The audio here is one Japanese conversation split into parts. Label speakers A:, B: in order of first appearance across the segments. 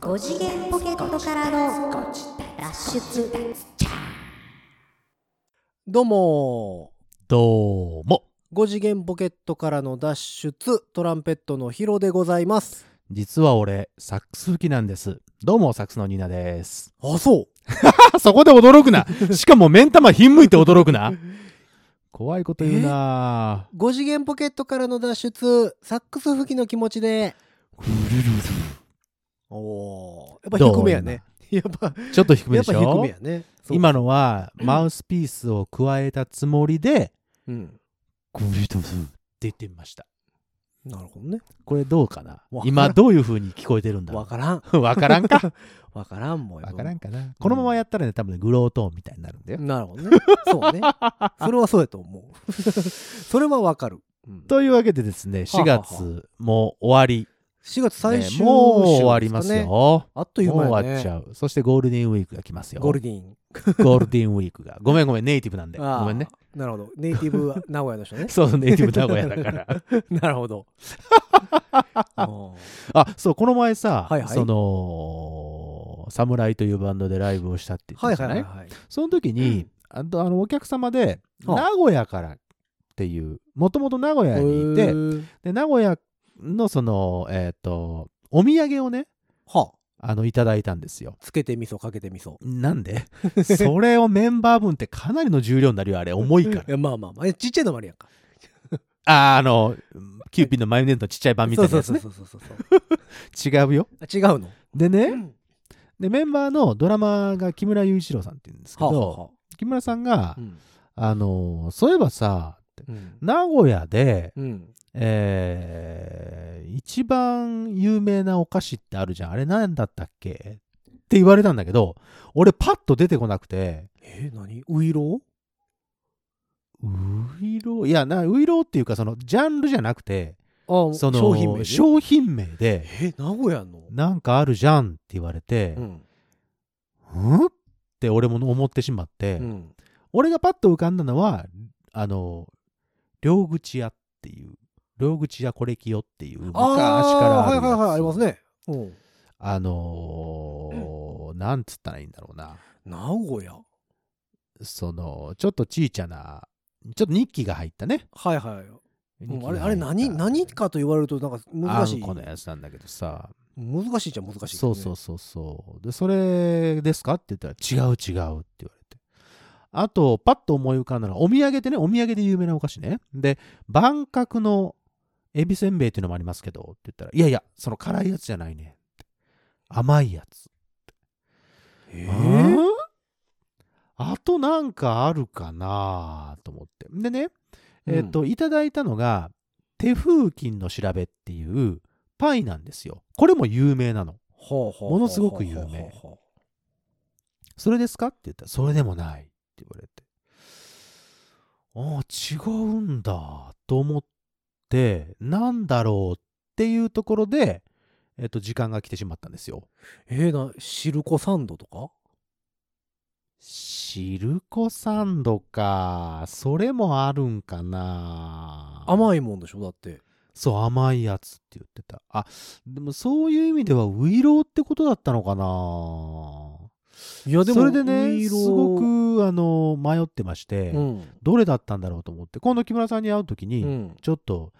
A: 5次元ポケットからの脱出
B: どうも
C: どうも。
B: ー5次元ポケットからの脱出トランペットのヒロでございます
C: 実は俺、サックス吹きなんです。どうも、サックスのニーナです。
B: あそう
C: あ、そこで驚く な。しかも、目ん玉ひんむいて驚くな。怖いこと言うな
B: 5次元ポケットからの脱出サックス吹きの気持ちでおーやっぱ低めやね やっぱ
C: ちょっと低め
B: や
C: で
B: っ
C: し
B: ぱ低
C: ょ
B: めやねそう
C: 今のは、マウスピースを加えたつもりで、
B: うん
C: グルルルって言ってみました。
B: なるほどね
C: これどうかな
B: わからん
C: 今どういう風に聞こえてるんだ
B: わ
C: ろ
B: からん
C: うわからんか
B: わからんもん
C: わからんかなこのままやったらね、多分ね、グロートーンみたいになるんだよ。
B: なるほどね そうねそれはそうやと思うそれはわかる、うん
C: というわけでですね、
B: は
C: 4
B: あはあ
C: 月もう終わり。
B: 4月最終週、
C: ねもう終わりますよ。も
B: あっと
C: う
B: いう間やね
C: 終わっちゃう。そしてゴールデンウィークが来ますよ。
B: ゴールディーン
C: ゴールデンウィークが。ごめんごめん、ネイティブなんで。
B: あー
C: ごめんね。
B: なるほどネイティブ 名古屋の人ね
C: そう、ネイティブ名古屋だ から。
B: なるほ ど。うん
C: あ、そう、この前さ、
B: はいはい
C: その、サムライというバンドでライブをしたって言って
B: はい
C: たじ
B: は
C: ゃ
B: い
C: な
B: はい
C: い
B: はい。
C: その時に、あとあのお客様で、
B: あ
C: 名古屋からっていう、もともと名古屋にいて、
B: て、
C: で、名古屋のその、えっと、お土産をね、
B: はあ
C: あの、いただいたんですよ。
B: つけてみそかけてみそ。
C: なんでそれをメンバー分ってかなりの重量になるよ、あれ。重いから
B: い。やまあまあまあえちっちゃいのもあるやんか。
C: あー、あの、キューピーのマヨネーズのちっちゃい版みたいなやつね。
B: そうそうそうそう
C: 違うよ。
B: あ違うの。
C: で
B: う
C: ね、
B: ん
C: で、メンバーのドラマーが木村雄一郎さんって言うんですけ
B: はあ
C: ど、
B: は
C: 木村さん
B: あ
C: が
B: う、ん
C: あのー、そういえばさ、
B: うん
C: 名古屋で、
B: うん。
C: えー、一番有名なお菓子ってあるじゃん。あれ何だったっけって言われたんだけど、俺パッと出てこなくて、
B: え何？ウイロ
C: ウイローいやなウイローっていうかそのジャンルじゃなくて
B: ー？あ
C: その
B: 商品名で。
C: 商品名で
B: え名古屋の。
C: なんかあるじゃんって言われて
B: う、ん
C: うんって俺も思ってしまって、
B: うん。
C: 俺がパッと浮かんだのはあの両口屋っていう両口屋これきよっていう昔か
B: あ
C: ら
B: あは
C: あ
B: い
C: る
B: は
C: や
B: い
C: つ
B: はいありますね。うん。
C: あのーなんつったらいいんだろうな
B: 名古屋。
C: そのちょっとちいちゃなちょっとニッキが入ったね
B: はいはい。
C: ニッキ
B: あ
C: が入
B: れ
C: った
B: あれ何何かと言われるとなんか難し
C: あん
B: い。
C: このやつなんだけどさ
B: 難しいじゃん難しいけどね。
C: そうそうそうそうでそれですかって言ったら違う違うって言われてあとパッと思い浮かんだのはお土産でねお土産で有名なお菓子ねで万角のエビせんべいっていうのもありますけどって言ったらいやいやその辛いやつじゃないねって甘いやつ
B: え
C: あ
B: ー
C: ーあとなんかあるかなと思ってでねえっ、と、いただいたのが手風琴の調べっていうパイなんですよこれも有名なの
B: も
C: ものすごく有名それですかって言ったら、それでもないって言われて。ああ、違うんだと思って、なんだろうっていうところで、えっと、時間が来てしまったんですよ。
B: えー、なシルコサンドとか
C: シルコサンドか。それもあるんかな。い。
B: 甘いもんでしょだって
C: そう、甘いやつって言ってた。あ、でもそういう意味では、ウイローってことだったのかな。
B: いや
C: それで
B: ウイ
C: ね、
B: ロ
C: す
B: ー
C: ごく、あの、迷ってまして。
B: うん、
C: どれだったんだろうと思って今度木村さんに会う時
B: う
C: に
B: ん、
C: ちょっと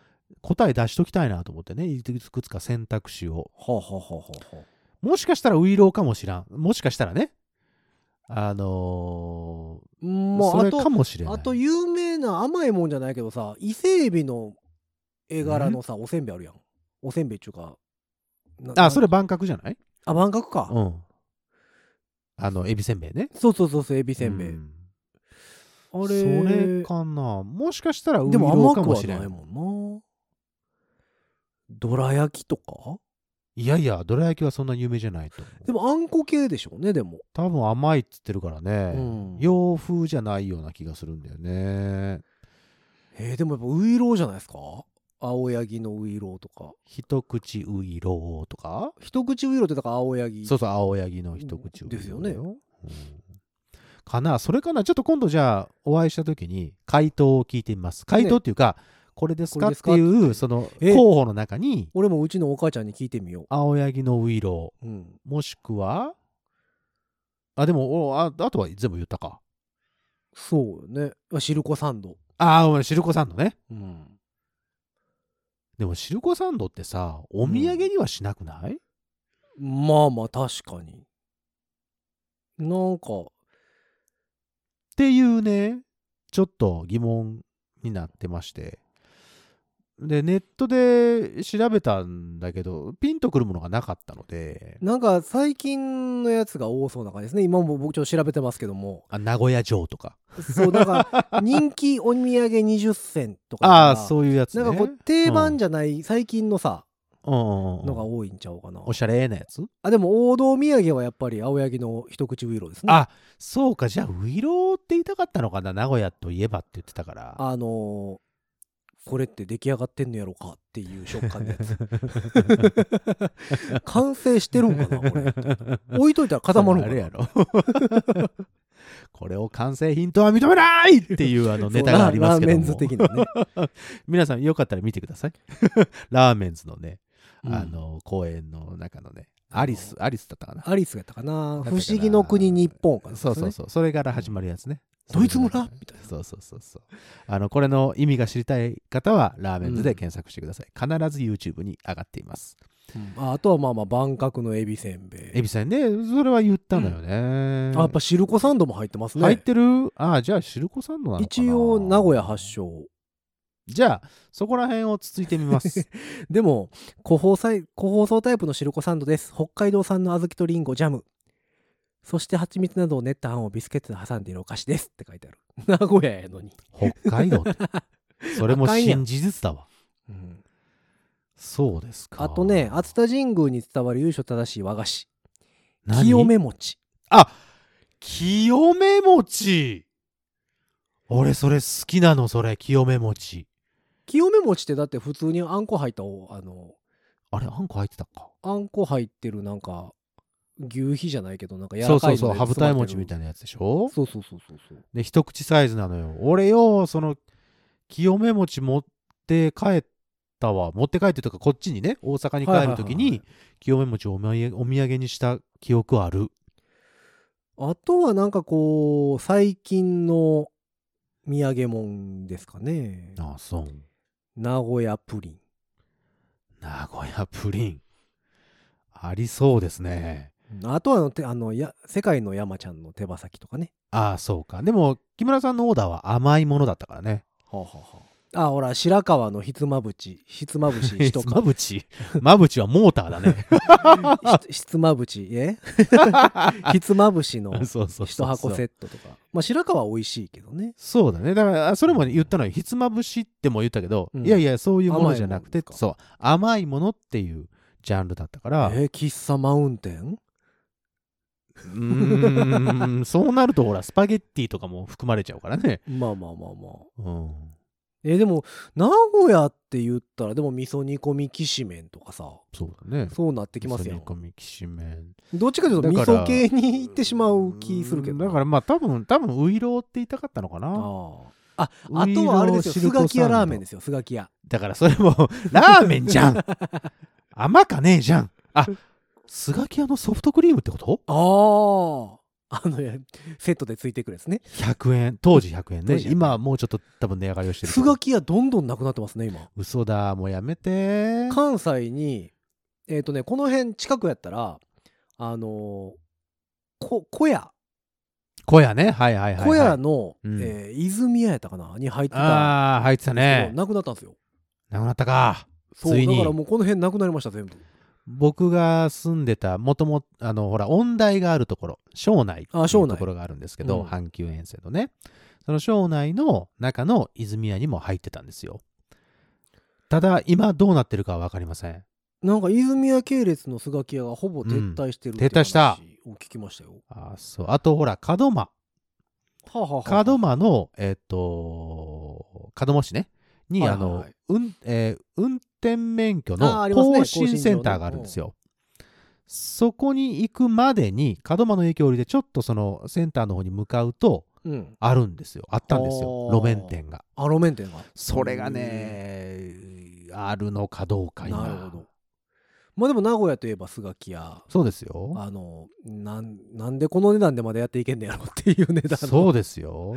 C: 答え出しときたいなと思ってねいくつか選択肢を
B: はあ、はあはあはあは
C: もしかしたらウイローかもしらんもしかしたらねあの
B: あ
C: ー
B: も
C: そうれ
B: あ
C: か
B: と
C: もしれない
B: あと有名な甘いもんじゃないけどさ伊勢海老の絵柄のさおせんべいあるやんおせんべいっちゅうかなな
C: あそれ万角じゃない
B: あ万角か、
C: うんあのエビせんべいね
B: そうそうそうそうエビせんべい、
C: うん
B: あれ
C: それかなもしかしたらウイ
B: で
C: ロ
B: も
C: ー
B: 甘
C: か
B: く
C: も
B: は
C: しれ
B: なんいもんなどら焼きとか
C: いやいやどら焼きはそんな有名じゃないと思う
B: でもあんこ系でしょうねでも
C: 多分甘いっつってるからね、
B: うん
C: 洋風じゃないような気がするんだよね
B: えー、でもやっぱウイローじゃないですか青柳のウイローとか
C: 一口ういろうとか
B: 一口ウイローってだから青柳
C: そうそう青柳の一口ういろう
B: ですよね
C: うんかなそれかなちょっと今度じゃあお会いした時に回答を聞いてみます回答っていうか、これです
B: これ
C: かっ
B: です
C: て
B: か
C: いうその
B: え
C: 候補の中に
B: 俺もうちのお母ちゃんに聞いてみよ
C: 青柳のウイロ
B: う。うん。
C: ーもしくはあでもおああとは全部言ったか
B: そうよね。あシルコサンド。
C: ああシルコサンドね
B: うん。
C: でもシルコサンドってさお土産にはしなくない、
B: まあまあ、確かに。なんか、
C: っていうね、ちょっと疑問になってまして。で、ネットで調べたんだけど、ピンとくるものがなかったので、
B: なんか最近のやつが多そうな感じですね。今も僕ちょっと調べてますけども。
C: あ名古屋城とか。
B: そう、なんか人気お土産20選とか
C: ああ、
B: う、
C: そういうやつね。
B: なんかこう定番じゃない、最近のさ、
C: うんうんうん
B: のが多いんちゃうかな。
C: おしゃれなやつ
B: あ、でも王道土産はやっぱり青柳の一口ウイロですね。
C: あそうか、じゃあ、ウイローって言いたかったのかな、名古屋といえばって言ってたから。
B: あのーこれって出来上がってんのやろかっていう食感のや つ完成してるんかなこれ置いといたら固まるん
C: あ
B: か
C: れ
B: な
C: やろ。 これを完成品とは認めないっていうあのネタがありますけども。
B: そうラーメンズ的なね、
C: 皆さんよかったら見てください。 ラーメンズのね、
B: うん
C: あの公園の中のね、アリス、アリスだったかな。
B: アリスがやったかな
C: った
B: 不
C: かな
B: 思議の国日本かな
C: そうそうそう、それから始まるやつね。
B: ドイツ村
C: それから
B: みたいな
C: そうそうそうそう。あのこれの意味が知りたい方はラーメンズで検索してください。必ず YouTube に上がっています。
B: うんああとはまあまあ万角のエビせんべい
C: エビさんね、それは言ったのよね。
B: あやっぱシルコサンドも入ってますね
C: 入ってるああ、じゃあシルコサンドなのかな
B: 一応名古屋発。祥
C: じゃあそこら辺をつついてみ ます。
B: でも個包さい個包装タイプのシルコサンドです北海道産の小豆とリンゴジャムそして蜂蜜などを練ったあんをビスケットで挟んでいるお菓子ですって書いてある 名古屋やのに、
C: 北海道って。それも新事実だわ。
B: うん
C: そうですか。
B: あとね熱田神宮に伝わる由緒正しい和菓子
C: 何
B: 清め餅
C: あ清め餅俺それ好きなのそれ清め餅
B: 清め餅ってだって普通にあんこ入ったおあの
C: あれあんこ入ってたか
B: あんこ入ってるなんか牛皮じゃないけどなんか柔
C: そ
B: ら
C: う
B: か
C: そ
B: いう
C: そう羽二重餅みた
B: い
C: いなやつでしょ
B: そうそうそうそうそう
C: で一口サイズなのよ俺よその清め餅持って帰ったわ持って帰ってとかこっちにね大阪に帰る時
B: はいはいはいはい
C: に清め餅をお土産お土産にした記憶ある
B: あとはなんかこう最近の土産物ですかね
C: あそう
B: 名古屋プリン
C: 名古屋プリンありそうですね
B: あとはあのてあのや世界の山ちゃんの手羽先とかね。
C: ああそうかでも木村さんのオーダーは甘いものだったからね
B: はあ、はあ、あほら白川のひつまぶちひつまぶ し ひと
C: ま
B: か
C: ぶちまぶちはモーターだ ね
B: ひひつまぶちえ ひつまぶし の
C: そうそうそう
B: 一箱セットとかまあ白川は美味しいけどね
C: そうだねだからあそれもね言ったのよひつまぶしっても言ったけど、
B: うん
C: いやいやそういうものじゃなくて
B: 甘いものです
C: そう甘いものっていうジャンルだったから
B: えー喫茶マウンテン
C: うーん そうなるとほらスパゲッティとかも含まれちゃうからね、
B: まあまあまあまあ
C: うん、
B: えーでも名古屋って言ったらでも味噌煮込みきしめんとかさ
C: そうだね
B: そうなってきます
C: 味
B: よ
C: 噌煮込みきしめん
B: どっちかというと味
C: だから
B: 噌系に行ってしまう気するけど
C: だからまあ多分多分ウイローって言いたかったのかな
B: ああ
C: う
B: ああとはあれですよ
C: ういろう
B: ス
C: シルコサンド
B: ガキ屋ラーメンですよスガキ屋
C: だからそれも、 ラーメンじゃん甘かねえじゃんあ、スガキ屋のソフトクリームってこと
B: あああの セットでついてくるやつね
C: ?100 円。当時100円
B: 当
C: ね。
B: 時100円
C: 今はもうちょっと多分値上がりをしてるけ
B: ス
C: ど。
B: ガキ屋どんどんなくなってますね今
C: 嘘だ、もうやめて。
B: 関西にえっ、とねこの辺近くやったらあのーこ小屋
C: 小屋ね。はいはいはい、はい。
B: 小屋の、
C: うん
B: えー泉屋やったかなに入ってた
C: ああ、入ってたね。
B: なくなったんですよ
C: なくなったか。
B: そう
C: ついに
B: だからもうこの辺なくなりました全部
C: 僕が住んでた、もとも、あの、ほら、音大があるところ、庄内ってい
B: あ
C: う
B: 庄
C: と
B: 内
C: ころがあるんですけど、
B: うん
C: 阪急沿線のね。その庄内の中の泉屋にも入ってたんですよ。ただ、今どうなってるかはわかりません。
B: なんか泉屋系列のスガキ屋がほぼ撤退してるっていう
C: 撤退した
B: 話を聞きましたよ、
C: あそう。あと、ほら、門間。
B: はあはあはあ
C: 門間の、えっ、と、門真市ね。に、
B: はい
C: あ
B: はいはい
C: の、運えー運転免許
B: あー
C: の
B: ありますね
C: 更新センターがあるんですよ。そこに行くまでに、門間の駅を降りて、ちょっとそのセンターの方に向かうと、
B: うん。
C: あるんですよあったんですよ
B: ほう
C: 路面店が
B: アロメン店が。
C: それがねあるのかどうか
B: な
C: 今
B: るほど。まあでも名古屋といえばスガキ屋。
C: そうですよ
B: あのなんなんでこの値段でまだやっていけんねやろっていう値段の
C: そうですよ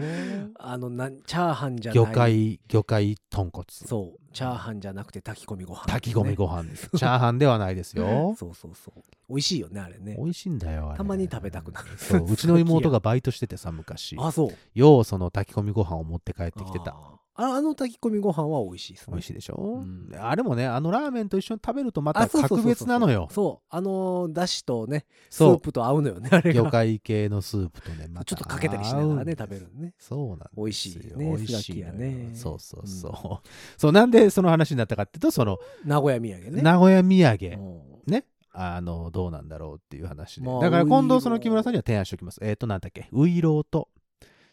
B: あのなんチャーハンじゃない
C: 魚介魚介豚骨
B: そうチャーハンじゃなくて炊き込みご飯、
C: 炊き込みご飯ですチャーハンではないですよ
B: そうそうそう美味しいよねあれね
C: 美味しいんだよあれ
B: たまに食べたくなる
C: そううちの妹
B: が
C: がバイトしててさ昔
B: あそう
C: ようその炊き込みご飯を持って帰ってきてた
B: あーああの炊き込みご飯は美味しいですね
C: 美味しいでしょ、
B: うん
C: あれもねあのラーメンと一緒に食べるとま
B: あ
C: た
B: そうそうそうそう
C: 格別なのよ
B: そうあのだしとねス
C: そ
B: ー
C: う
B: プと合うのよねあれ
C: 魚
B: が
C: 介系のスープとねまた
B: ちょっとかけたりしながらね
C: 合う
B: 食
C: ん
B: べるのね
C: そうなんですよ
B: 美味しいよね
C: 美
B: す
C: 味しいのよ
B: き焼きやね
C: そうそうそう、そうなんでその話になったかっていうとその、
B: 名古屋土産ね
C: 名古屋土
B: う
C: 産
B: ん
C: ねあのどうなんだろうっていう話で、
B: まあ
C: だから今
B: ういろ
C: 度
B: う
C: その木村さんには提案しておきますえっ、となんだっけういろうと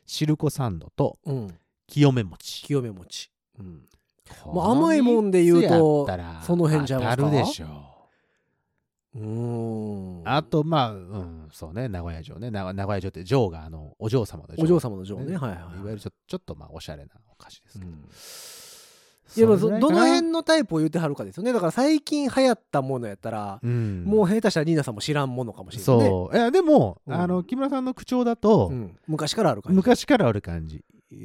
C: シルコサンドと
B: うん
C: 清め餅
B: 清め餅うんまあ
C: この
B: 甘いもんで言うと
C: 三つやったら
B: その辺ちゃいますか
C: 当たるでしょう
B: うーん
C: あと、まあ、うん、そうね、名古屋城ね。名古名古屋城って、城が、あの、お嬢様の
B: お嬢様の嬢ねはいはい
C: いわゆるちょちょっと、まあ、おしゃれなお菓子ですけど。
B: うんいやまあ
C: そ
B: そ
C: れ
B: ど
C: ぐ
B: の
C: らいかな
B: 辺のタイプを言ってはるかですよねだから最近流行ったものやったら、
C: うん、
B: もう下手したらニーナさんも知らんものかもしれないね
C: そう。いや、でも、
B: うん
C: あの、木村さんの口調だと、
B: うん昔からあるから
C: 昔からある感じ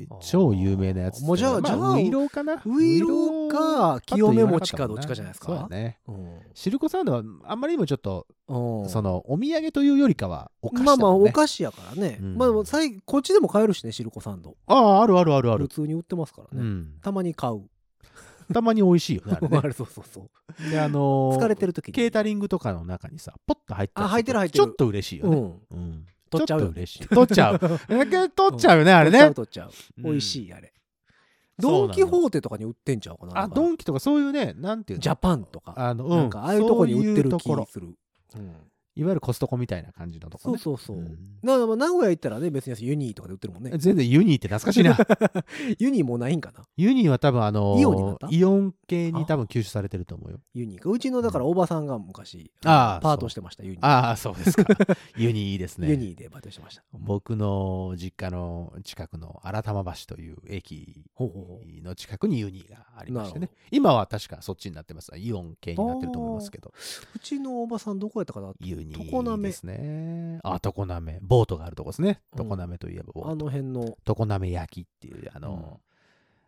B: あー。
C: 超有名なやつっていうのは。
B: もうじゃあ
C: ま
B: じゃあ
C: ウイローかな。
B: ういろうか
C: ウ
B: 清め
C: イローパッと言わな
B: 餅
C: た
B: か
C: もん
B: どっちかじゃないです
C: そうだ
B: か
C: ね。
B: うん
C: シルコサンドは、あんまり今ちょっと、
B: うん
C: その、お土産というよりかは、お菓子だ
B: まあ
C: もんね。
B: まあお菓子やからね、
C: うん
B: まあでも最こっちでも買えるしねシルコサンド
C: ああ、あるあるあるあ
B: 普
C: る。
B: 通に売ってますから
C: う
B: ね、
C: ん。
B: たまに買う
C: たまに美味しいよね、
B: あ
C: あ
B: れ
C: れね
B: そうそうそう
C: で、あのー
B: 疲れてる時に
C: ケータリングとかの中にさ、ポッと入って
B: あ入ってる入ってる
C: ちょっと嬉しいよ
B: う
C: ね。
B: ん
C: うん。
B: 取っちゃう
C: ょ
B: よ
C: と嬉しい。取っち ゃう。だけど取っちゃうよね、あれ
B: 取っちゃ
C: ね
B: う。取っちゃう
C: うん
B: 美味しいあれ
C: そ
B: ド
C: うなの
B: ン・キホーテとかに売ってんちゃうかな
C: あ、ド
B: ン
C: ンキとかそういうね、なんていうの
B: ジャパンとか
C: あの、う
B: なんかああいうとこに売ってる気
C: そういうところ
B: するうん
C: いわゆるコストコみたいな感じのとこ
B: そう
C: ね。
B: そうそう
C: うん
B: なまあ名古屋行ったらね別にユニーとかで売ってるもんね
C: 全然ユニーって懐か しいな。
B: ユニーもうないんかな
C: ユニーは多分あのー
B: イオンになった
C: イオン系に多分吸収されてると思うよ。
B: ユニーかうちのだからおばさんが昔
C: あー
B: パートしてましたユニー
C: ああ、そうですか。 ユニーいいですね。
B: ユニーでバイトしてました
C: 僕の実家の近くの新玉橋という駅
B: ほうほうほう
C: の近くにユニがありまして
B: なる
C: ね
B: ほ
C: 今は確かそっちになってますイオン系になってると思いますけど
B: うちのおばさんどこやったかな
C: ユニ
B: 常滑
C: ですねあ常滑ボートがあるとこですね
B: う
C: 常
B: ん
C: 滑といえばボ
B: あ
C: ート
B: の辺の
C: 常滑焼きっていう
B: う
C: あ
B: ん
C: の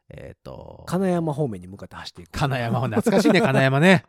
C: えっと
B: 金山方面に向かって走っていく
C: 金山は懐かしいね金山ね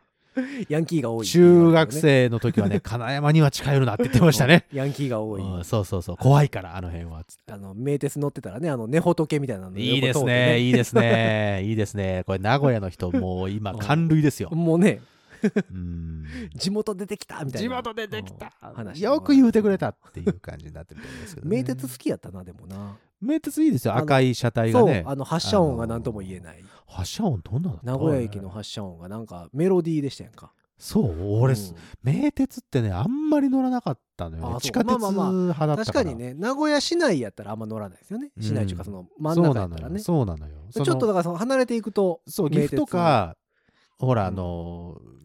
B: ヤンキーが 多いっていうのが
C: 中
B: ね
C: 学生の時はね金山には近寄るなって言ってましたね
B: ヤンキーが 多い
C: うんそうそうそう怖いからあの辺はつって
B: あの名鉄乗ってたらねあの根仏みたいなの
C: いいで
B: 横通
C: す
B: って
C: ねいいですねいいですねこれ名古屋の人もう今感類ですよ
B: もうね
C: うん
B: 地元出てきたみたいな
C: で
B: うん話
C: よく言うてくれたっていう感じになってると思うんですけどね、
B: 名鉄好きやったなでもな、
C: 名鉄いいですよ
B: あの
C: 赤い車体が
B: そう
C: ね
B: あの発車音が何とも言えない、
C: 発車音どんなのだった
B: 名古屋駅の発車音がなんかメロディーでしたやんか
C: そう俺、
B: うん
C: 名鉄ってねあんまり乗らなかったのよね
B: あそう
C: 地下鉄
B: まあ
C: 派
B: まあ
C: だったか
B: 確か
C: ら、
B: にね名古屋市内やったらあんま乗らないですよね
C: うん
B: 市内中かその真ん
C: そ
B: 中
C: うな
B: やったら
C: のよ
B: ね
C: そうなのよ
B: ちょっとだからその離れていくと
C: そう岐阜とかほらあのー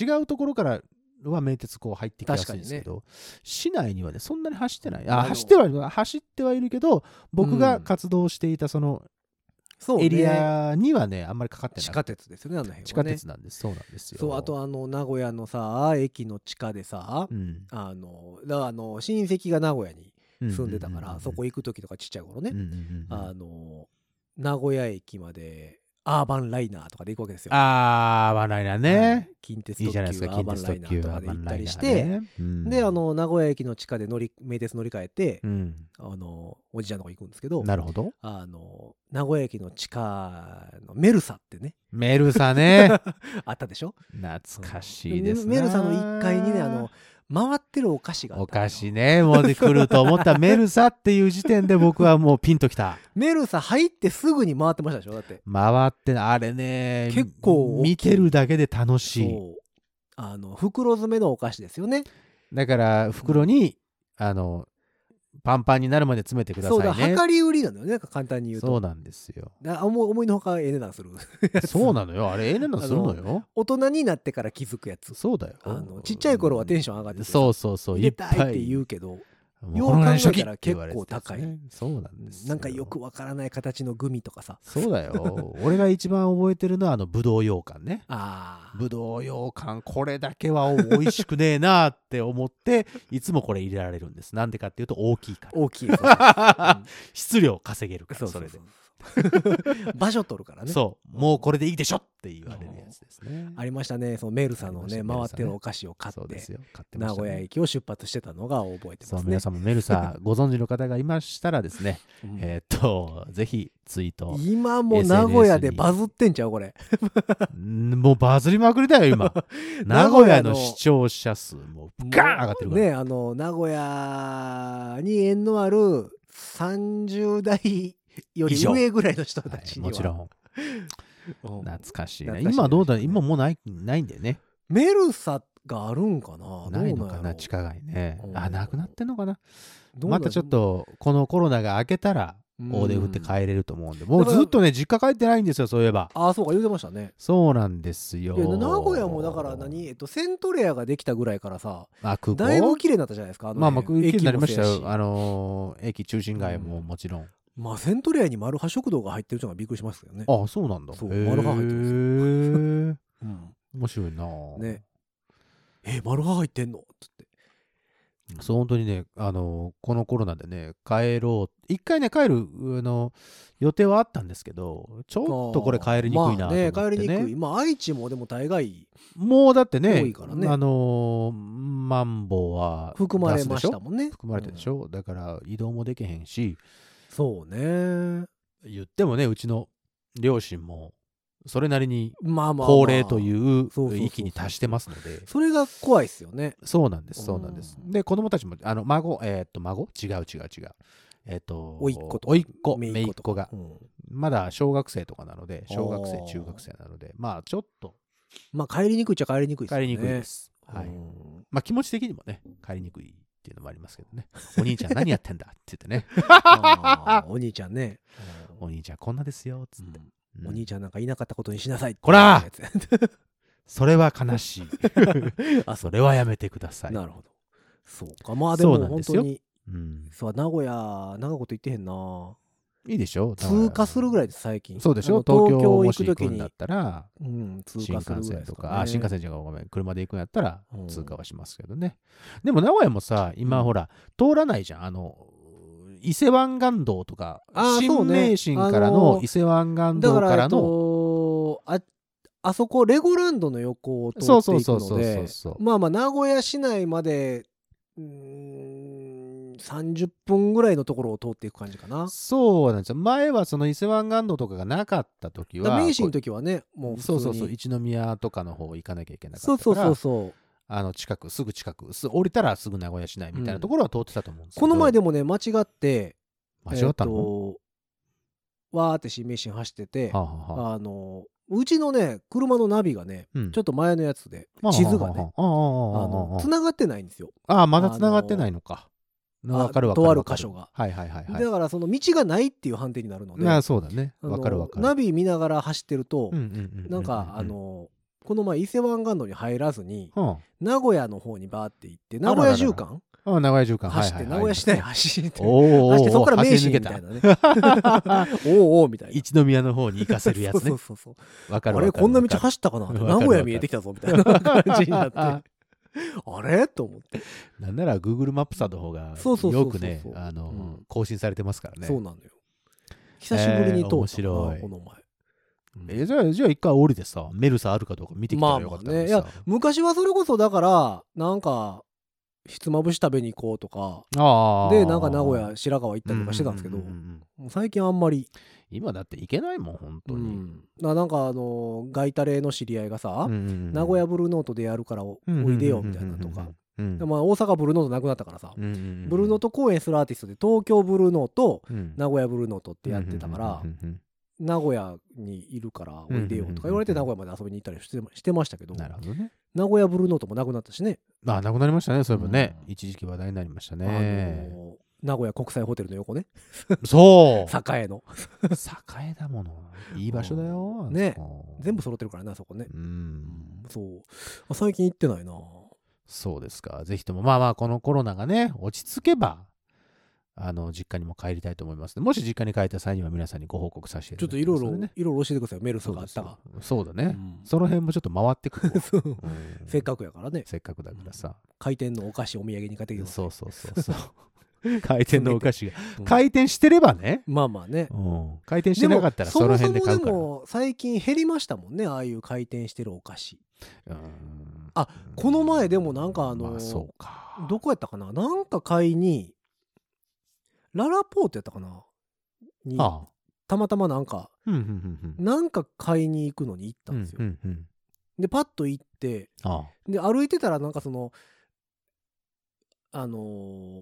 C: 違うところからは名鉄こう入ってきやすいんですけど、市内にはねそんなに走ってないあ
B: あの
C: 走ってはいる走ってはいるけど僕
B: う
C: が
B: ん
C: 活動していたその
B: そう、ね、
C: エリアにはねあんまりかかってない
B: 地下鉄ですよねあの辺はね
C: 地下鉄なんですそうなんですよ
B: そうあとあの名古屋のさ駅の地下でさ、
C: うん
B: あのだからあの親戚が名古屋に住んでたから、
C: ううう
B: そこ行く時とかちっちゃい頃ね、
C: うんうんうんうん
B: あの名古屋駅までアーバンライナーとかで行くわけですよ。
C: あーまあないな
B: はい
C: ね
B: 近鉄
C: いい
B: 特
C: じ
B: 急
C: ゃ
B: ア
C: ないですか
B: ーバ
C: 近
B: ン
C: 鉄
B: ライ
C: 特
B: ナ
C: 急
B: ーとかで行ったりして、で
C: で
B: あの名古屋駅の地下で乗り名鉄乗り換えて、
C: うん
B: あのおじちゃんのとこ行くんですけど
C: なるほど
B: あの名古屋駅の地下のメルサってね
C: メルサね
B: あったでしょ
C: 懐かしいです
B: メ
C: ね
B: メルサの1階にねあの回ってるお菓子があ
C: お
B: ったのよ
C: 菓子ねもうで来ると思ったメルサっていう時点で僕はもうピンときた
B: メルサ入ってすぐに回ってましたでしょだって
C: 回ってあれね
B: 結構大きい
C: 見てるだけで楽しい
B: そうあの袋詰めのお菓子ですよね
C: だから袋に、あのパンパンになるまで詰めてください
B: そう
C: ね
B: だ量り売りなのよねなんか簡単に言うと
C: そうなんですよ
B: だ思い思いのほかええ値段する
C: そうなのよあれええねんなんするのよ
B: 大人になってから気づくやつ
C: そうだよ
B: あのちっちゃい頃はテンション上がってて
C: そうそうそう
B: 入
C: い
B: れ
C: ったぱ
B: いって
C: い
B: 言うけど
C: も
B: よう
C: このぐらいの
B: 考えたら
C: 初期って言われてたやつねそうなんです
B: なんかよくわからない形のグミとかさ
C: そうだよ俺が一番覚えてるのはあのぶどう羊羹ね
B: あー
C: ぶどう羊羹これだけは美味しくねえなって思っていつもこれ入れられるんですなんでかっていうと大きいから
B: 大きいそう
C: 質量稼げるから
B: そう
C: そ
B: そう
C: れ
B: そ
C: で
B: う 場所取るからね
C: そうもうこれでいいでしょって言われるやつですね
B: ありましたねそのメルサのね
C: あり
B: 回
C: ま
B: っ
C: した
B: て
C: ね
B: るお菓子を買
C: そう
B: っ
C: で
B: て
C: すよ買ってま
B: 名
C: したね
B: 古屋駅を出発してたのが覚えて
C: そ
B: ま
C: う
B: すね
C: 皆さんもメ ルサご存知の方がいましたらですね、
B: うん
C: えーっとぜひツイート
B: 今も名古屋でバズってんちゃうこれ
C: んもうバズりまくりだよ 今名古屋の視聴者数もうガーン上がってるから、
B: ねあの名古屋に縁のある30代より
C: 以上
B: 上ぐらいの人
C: は
B: た
C: い
B: ちには、
C: もちろん
B: うん
C: 懐かしいな
B: 懐かしい
C: 今どうだ今もうないないんだよね
B: メルサがあるんかな
C: ないのかな
B: ど
C: 地下街ね
B: うん
C: あなくなってんのかな
B: うなんやろ
C: またちょっとこのコロナが明けたら大手振って
B: うん
C: 帰れると思うんでも
B: だ
C: う
B: から
C: ずっとね実家帰ってないんですよそういえば
B: ああそうか言うてましたね
C: そうなんです
B: い
C: よ
B: や名古屋もだから何、えっと、セントレアができたぐらいからさ
C: あ空
B: だいぶ
C: 港
B: 綺麗になったじゃないですかの
C: まあまあ空
B: 駅
C: 気になりました
B: もそう
C: よ
B: や
C: あのー駅中心街ももちろん、
B: まあセントレアにマルハ食堂が入ってるっていうのがびっくりしますけどね、
C: あそうなんだ
B: そう
C: へー
B: マルハ入ってるん うん
C: 面白いなぁ
B: ねえマルハ入ってんのっつって
C: そう本当にねあのこのコロナでね帰ろう一回ね帰るあの予定はあったんですけどちょっとこれ帰りにくいなと思って、ね
B: まあね帰りにくいまあ愛知もでも大概
C: もうだってね
B: 多いからね
C: あのーマンボウは
B: 含まれ
C: 出
B: ます
C: で
B: し
C: ょ
B: たもんね
C: 含まれてるでしょ、だから移動もできへんし
B: そうね
C: 言ってもねうちの両親もそれなりに
B: まあまあ、まあ、
C: 高齢という
B: そうそうそうそう
C: 域に達してますので
B: それが怖いっすよね
C: そうなんです、そうなんです。
B: うん
C: で、子供たちも、あの、孫、えーっと、孫違う違う違う。えーっと、
B: 甥っ子とか
C: おいっ子、
B: 姪
C: め
B: っ子
C: いっ子が
B: う。ん
C: まだ小学生とかなので、小学
B: あ
C: 生、
B: ー
C: 中学生なので、まあ、ちょっと
B: まあ帰りにくいっちゃ帰りにくいっすよ
C: 帰
B: ね。
C: りにくいです。はいう
B: ん
C: まあ、気持ち的にもね、帰りにくいっていうのもありますけどね。 お兄ちゃん、何やってんだっ て言ってね。
B: あーお兄ちゃんね、
C: お兄ちゃん、こんなですよ、つ
B: う
C: って。
B: ん
C: うん
B: お兄ちゃんなんかいなかったことにしなさい
C: こら
B: ってや
C: それは悲しい。
B: つ あそ
C: それはやめてくださ
B: う
C: い。
B: なるほどそうかまあでも
C: そうなん
B: 本
C: です
B: 当
C: よ
B: に
C: うん
B: そう名古屋長いこと言ってへんない
C: いでしょ
B: 通過するぐらいです最近
C: そうでし
B: あ
C: ょ
B: の
C: 東京
B: 京
C: も
B: 行
C: し
B: くと
C: 行く
B: き
C: んだ
B: に
C: ったら、
B: うん、通
C: 新
B: 過する
C: 幹
B: ぐらい
C: 線
B: です
C: と
B: か、ね、
C: か、あ、新幹線じゃごめん、車で行くんやったら
B: うん
C: 通過はしますけどね。でも名古屋もさ、今ほら、通らないじゃん。あの、伊勢湾岸道とか
B: あ、ーそ
C: 新
B: うね
C: 名神から
B: あの
C: の
B: ー
C: 伊勢湾岸
B: だか、
C: 道から
B: え
C: ら
B: っ
C: の、
B: と、あ、あそこ、レゴランドの横を通
C: そう
B: って
C: そう
B: いく
C: そうそ
B: の
C: うそ
B: で
C: う、そう。
B: まあまあ、名古屋市内まで、うーん、30分ぐらいのところを通っていく感じかな。
C: そうなんですよ。前はその伊勢湾岸道とかがなかった時
B: だから
C: は、
B: 明治の
C: こ
B: 時はね、
C: う
B: もう普通
C: そ
B: に、
C: うそうそう、一宮とかの方行かなきゃいけなか
B: そう
C: ったか
B: そう
C: ら、
B: そうそう。
C: あの近く、すぐ近く、す降りたらすぐ名古屋市内みたいなところは通ってたと思うんですけど、
B: この前でもね、間違って、
C: 間違った
B: え
C: の、
B: ーとわーって新名神走ってて、
C: はあはあはあ
B: あの、うちのね、車のナビがね、
C: うん
B: ちょっと前のやつで、
C: まあ
B: 地図がね、
C: あああ
B: あ
C: あああああ
B: の、繋がってないんですよ。
C: ああ、まだ繋がってないのか。
B: の
C: わかるわか
B: と
C: る
B: ある
C: わかる。
B: 箇所が
C: はいはいはいはい。
B: だからその道がないっていう判定になるので
C: ああそうだね。
B: あの
C: わかるわかる。
B: ナビ見ながら走ってると、
C: うんうんうんうう
B: なんかあ、のこの前伊勢湾岸道に入らずに
C: うん、あ
B: 名古屋の方にバーって行って名
C: ららら
B: 古屋縦貫
C: あ名古屋中間。
B: 走って
C: はい
B: 名
C: はい
B: 古
C: はい
B: 屋市内走って
C: おーおーおー
B: 走ってそこから明
C: 走
B: 治
C: り
B: み
C: 抜け
B: たい
C: た。
B: なねおーおーみたいな。
C: 一宮の方に行かせるやつ
B: そ
C: ね
B: う。そうそうそ
C: わか
B: うあ
C: るわかる。
B: れこんな道
C: わかる
B: 走ったかなって
C: わかる
B: 名古屋見えてきたぞみたいな感じにな ってあれと思って、
C: なんなら Google マップさんの方が
B: そうそうそうそ
C: よ
B: う
C: く
B: そう
C: ね、あの、
B: うん
C: 更新されてますからね。
B: そうなのよ久しぶりに通ったな、
C: えー面白い
B: この前、
C: えじゃあ、じゃあ一回降りてさ、メルサあるかどうか見てきた
B: まあ
C: らよ
B: ま
C: かっ
B: あ
C: たの
B: ね
C: に
B: い
C: さ
B: や昔はそれこそだからなんかひつまぶし食べに行こうとか
C: ああ
B: でなんか名古屋白川行ったりとかしてたんですけど、
C: ううううん
B: もう最近あんまり、
C: 今だって行けないもん、本当
B: う
C: に。
B: んななんかあのガイタレの知り合いがさ、
C: うんうんうん
B: 名古屋ブルーノートでやるからおおいでよみたいなとか、。
C: うん
B: でまあ、大阪ブルーノートなくなったからさ、
C: うんうんうん
B: ブルーノート公演するアーティストで東京ブルーノート
C: うん
B: 名古屋ブルーノートってやってたから、
C: うんうんうん
B: 名古屋にいるからおいでよとか言われて名古屋まで遊びに行ったりしてしてましたけ
C: う
B: ど
C: んなるほどね。
B: 名古屋ブルーノートもなくなったしね
C: まあ、なくなりましたね、そういえばね
B: う。ん
C: 一時期話題になりました
B: あの
C: ね。
B: ー名古屋国際ホテルの横ね
C: そう
B: 栄の
C: 栄だもの。いい場所だよ。
B: うんね
C: あそこ
B: 全部揃ってるからなそこね、
C: うん。
B: そうあ最近行ってないな
C: そうですか。ぜひとも、まあまあ、このコロナがね、落ち着けば、あの、実家にも帰りたいと思いますので。もし実家に帰った際には皆さんにご報告させてい
B: ちょっ
C: た
B: と
C: だ
B: い
C: き
B: ろ
C: ま
B: い
C: す
B: ろ
C: のでね、
B: いろいろ教えてくださいメールと
C: そう
B: かあ
C: で
B: っ
C: す
B: たら
C: そうだね、
B: うん
C: その辺もちょっと回ってくる わ
B: そう
C: うん
B: せっかくやからね
C: せっかくだからさ。
B: 回転のお菓子お土産に買ってきてください
C: そうそうそ うそう。回転のお菓子が
B: う。ん
C: 回転してればね。
B: まあまあね
C: うん回転してなかったらその辺で買うから
B: そもそ。もでも最近減りましたもんねああいう回転してるお菓子
C: うん
B: あこの前でもなんかあの
C: まあそうか。
B: どこやったかななんか買いにララポートやったかなに
C: ああ
B: たまたまなんか
C: うんうんうんうん。
B: なんか買いに行くのに行った
C: うんん
B: ですよ、
C: うんうん。
B: でパッと行って
C: あ
B: で歩いてたらなんかそのあのー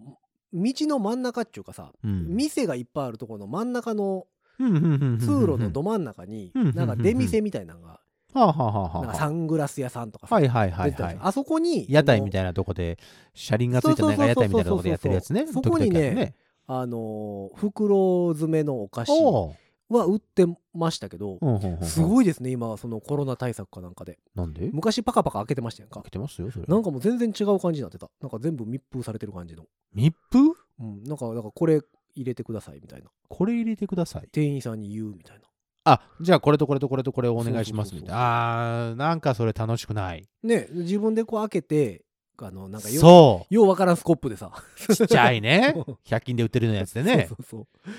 B: 道の真ん中っていうかさ、
C: あ。うん
B: 店がいっぱいあるところの真ん中の
C: うんうんうんうんうん
B: 通路のど真ん中に
C: うんうんうん
B: なんか出店みたいなのが
C: はあはあは
B: な
C: あ
B: ん
C: は
B: か
C: あ
B: サングラス屋さんとかさ
C: は
B: 出
C: い
B: て
C: はいはい
B: た
C: は
B: でし
C: い
B: ょ。あそこに
C: 屋台み
B: い
C: たいなとこで、車輪がついたなんか屋台みたいなとこでやってるやつね。
B: そうそうそうそうそうそこにね
C: 時々やる。
B: なあのー袋詰めのお菓子
C: おう
B: は売ってましたけど
C: うんうんうんうん。
B: す
C: い。
B: ごいですね今はそのコロナ対策かなんかで
C: なんで
B: 昔パカパカ開けてましたやんか
C: 開けてますよ、それ。
B: なんかもう全然違う感じになってたなんか全部密封されてる感じの
C: 密封
B: うん、なんか、だからこれ入れてくださいみたいな。
C: これ入れてください。
B: 店員さんに言うみたい
C: あ、じゃあこれとこれとこれとこれお願いします
B: そうそう
C: みたい
B: そうそう
C: な。あー、なんかそれ楽しくない。
B: な。ね、自分でこう開けて、あの、なんかよ
C: そ
B: ようわからんスコップでさ。
C: う。ちっちゃいね
B: そう。
C: 100均で売ってるようなやつでね
B: そ。うそうそ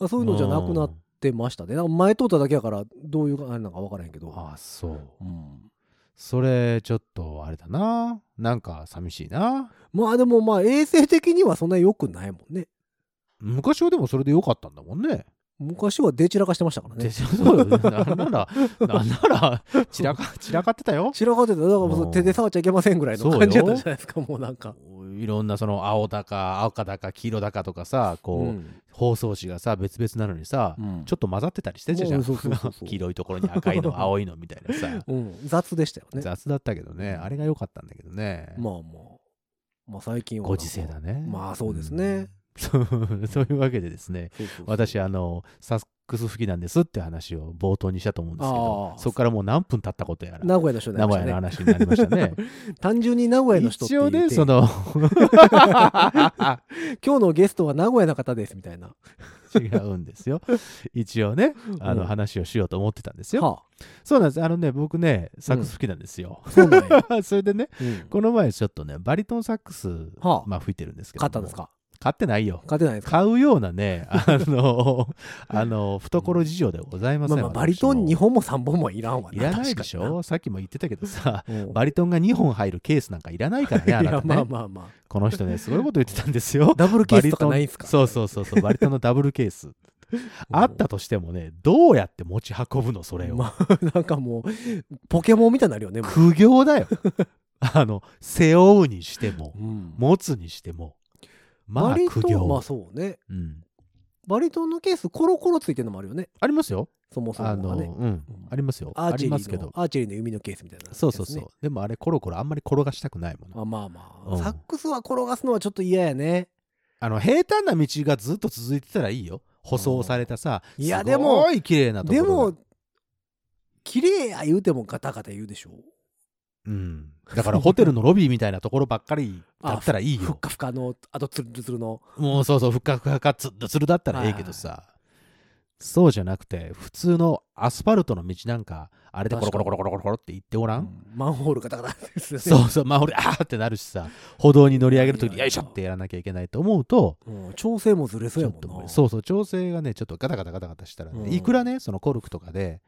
B: うあ。そういうのじゃなくなってましたね。なんか前通っただけやから、どういうあれなんかわからへんけ
C: うん
B: ど。
C: あ、そう。
B: うん、
C: それ、ちょっと、あれだな。なんか寂しいな。
B: まあでもまあ衛生的にはそんな良くないもんね。
C: 昔はでもそれでよかったんだもんね。
B: 昔は出散らかしてましたから
C: で
B: ね。
C: そうよねなんなら、なんなら、散らか、散らかってた よ。
B: 散らかってた。だからもう
C: うん
B: 手で触っちゃいけませんぐらいの
C: そうよ
B: 感じだったじゃないですか、もうなんか。
C: いろんなその青だか赤だか黄色だかとかさこう、
B: うん
C: 包装紙がさ別々なのにさ、
B: うん
C: ちょっと混ざってたりしてたじゃ
B: うんんそうそうそうそう
C: 黄色いところに赤 いの青いのみたいなさ
B: うん、雑でしたよね。
C: 雑だったけどねあれが良かったんだけどね、
B: まあまあ。まあ最近は。
C: ご時世だね
B: まあそうですね、
C: うんそうそういうわけでですね
B: そうそうそう。
C: 私あのサックス吹きなんですって話を冒頭にしたと思うんですけど
B: あー
C: そこからもう何分経ったことやら
B: 名古屋の人にな
C: 名
B: りま
C: 古
B: し
C: 屋
B: たね。
C: の話になりまし たね
B: 単純に名古屋の人って
C: 一
B: 言
C: 応
B: って、
C: ねその
B: 今日のゲストは名古屋の方ですみたいな。
C: 違うんですよ一応ねあの
B: うん
C: 話をしようと思ってたんですよ、
B: は
C: そうなんです。あのね、僕ね、サックス好きなんですよ
B: あ、。そうなんや。
C: それでね、
B: うん
C: この前ちょっとね、バリトンサックス、
B: はあ
C: まあ吹いてるんですけど。
B: 勝ったんですか
C: 買ってないよ。
B: 勝てないですか
C: 買うよう なね、あの、あの、懐事情ではございませ
B: ま
C: ん。
B: あまあ
C: 私も
B: バリトン2本も3本もいらんわ
C: いらないでしょさっきも言ってたけどさ、
B: 確かになうん
C: バリトンが2本入るケースなんかいらないからね、あ
B: い
C: な
B: や
C: た
B: まあ
C: ね。
B: まあまあ。
C: この人ね、すごいこと言ってたんです よ。
B: ダブルケースとかないんすか
C: そうそうそうそう、バリトンのダブルケ ース。あったとしてもね、どうやって持ち運ぶの、それを。
B: まあ なんかもう、ポケモンみたいになるよね。もう
C: 苦行だよ。 あの、背負うにしても、
B: うん
C: 持つにしても、まあ
B: バリ
C: 苦
B: トン、まあ
C: 行。
B: そうね。
C: うん、
B: バリトンのケース、コロコロついてるのもあるよね。
C: ありますよ。
B: そもそ
C: あ
B: も
C: の、
B: が
C: う
B: ね。
C: ん
B: うん、
C: ありますよ。
B: ア
C: あ
B: ーチ
C: り
B: ェ
C: ますけ
B: リーの
C: ど。
B: アーチェリーの弓のケースみたいなやつね、
C: そうそうそう。でもあれ、コロコロあんまり転がしたくないもの。
B: あまあまあ、
C: うん
B: サックスは転がすのはちょっと嫌やね
C: あの、平坦な道がずっと続いてたらいいよ。舗装されたさ、
B: うんいや
C: すごい綺麗なとこ
B: で
C: ろが。
B: も綺麗や言うてもガタガタ言うでしょ
C: うん。だからホテルのロビーみたいなところばっかりだったらいい
B: ふっ
C: よ。
B: かふかのあとツルツルの
C: もうそうそう、ふっかふかかつるつるだったらええけどさ、そうじゃなくて、普通のアスファルトの道なんか、あれでコロコロコロコロコロコロって行っておらん、
B: マンホールガタガタですね
C: そうそう、まあ俺、あーってなるしさ、歩道に乗り上げると
B: いや
C: き、よ
B: いやいや
C: いしょってやらなきゃいけないと思うと、
B: うん、調整もずれそう
C: ち
B: や
C: ょっ
B: もん
C: と
B: な
C: そうそう、調整がね、ちょっとガタガタガタガタしたらね、
B: うん
C: いくらね、そのコルクとかで、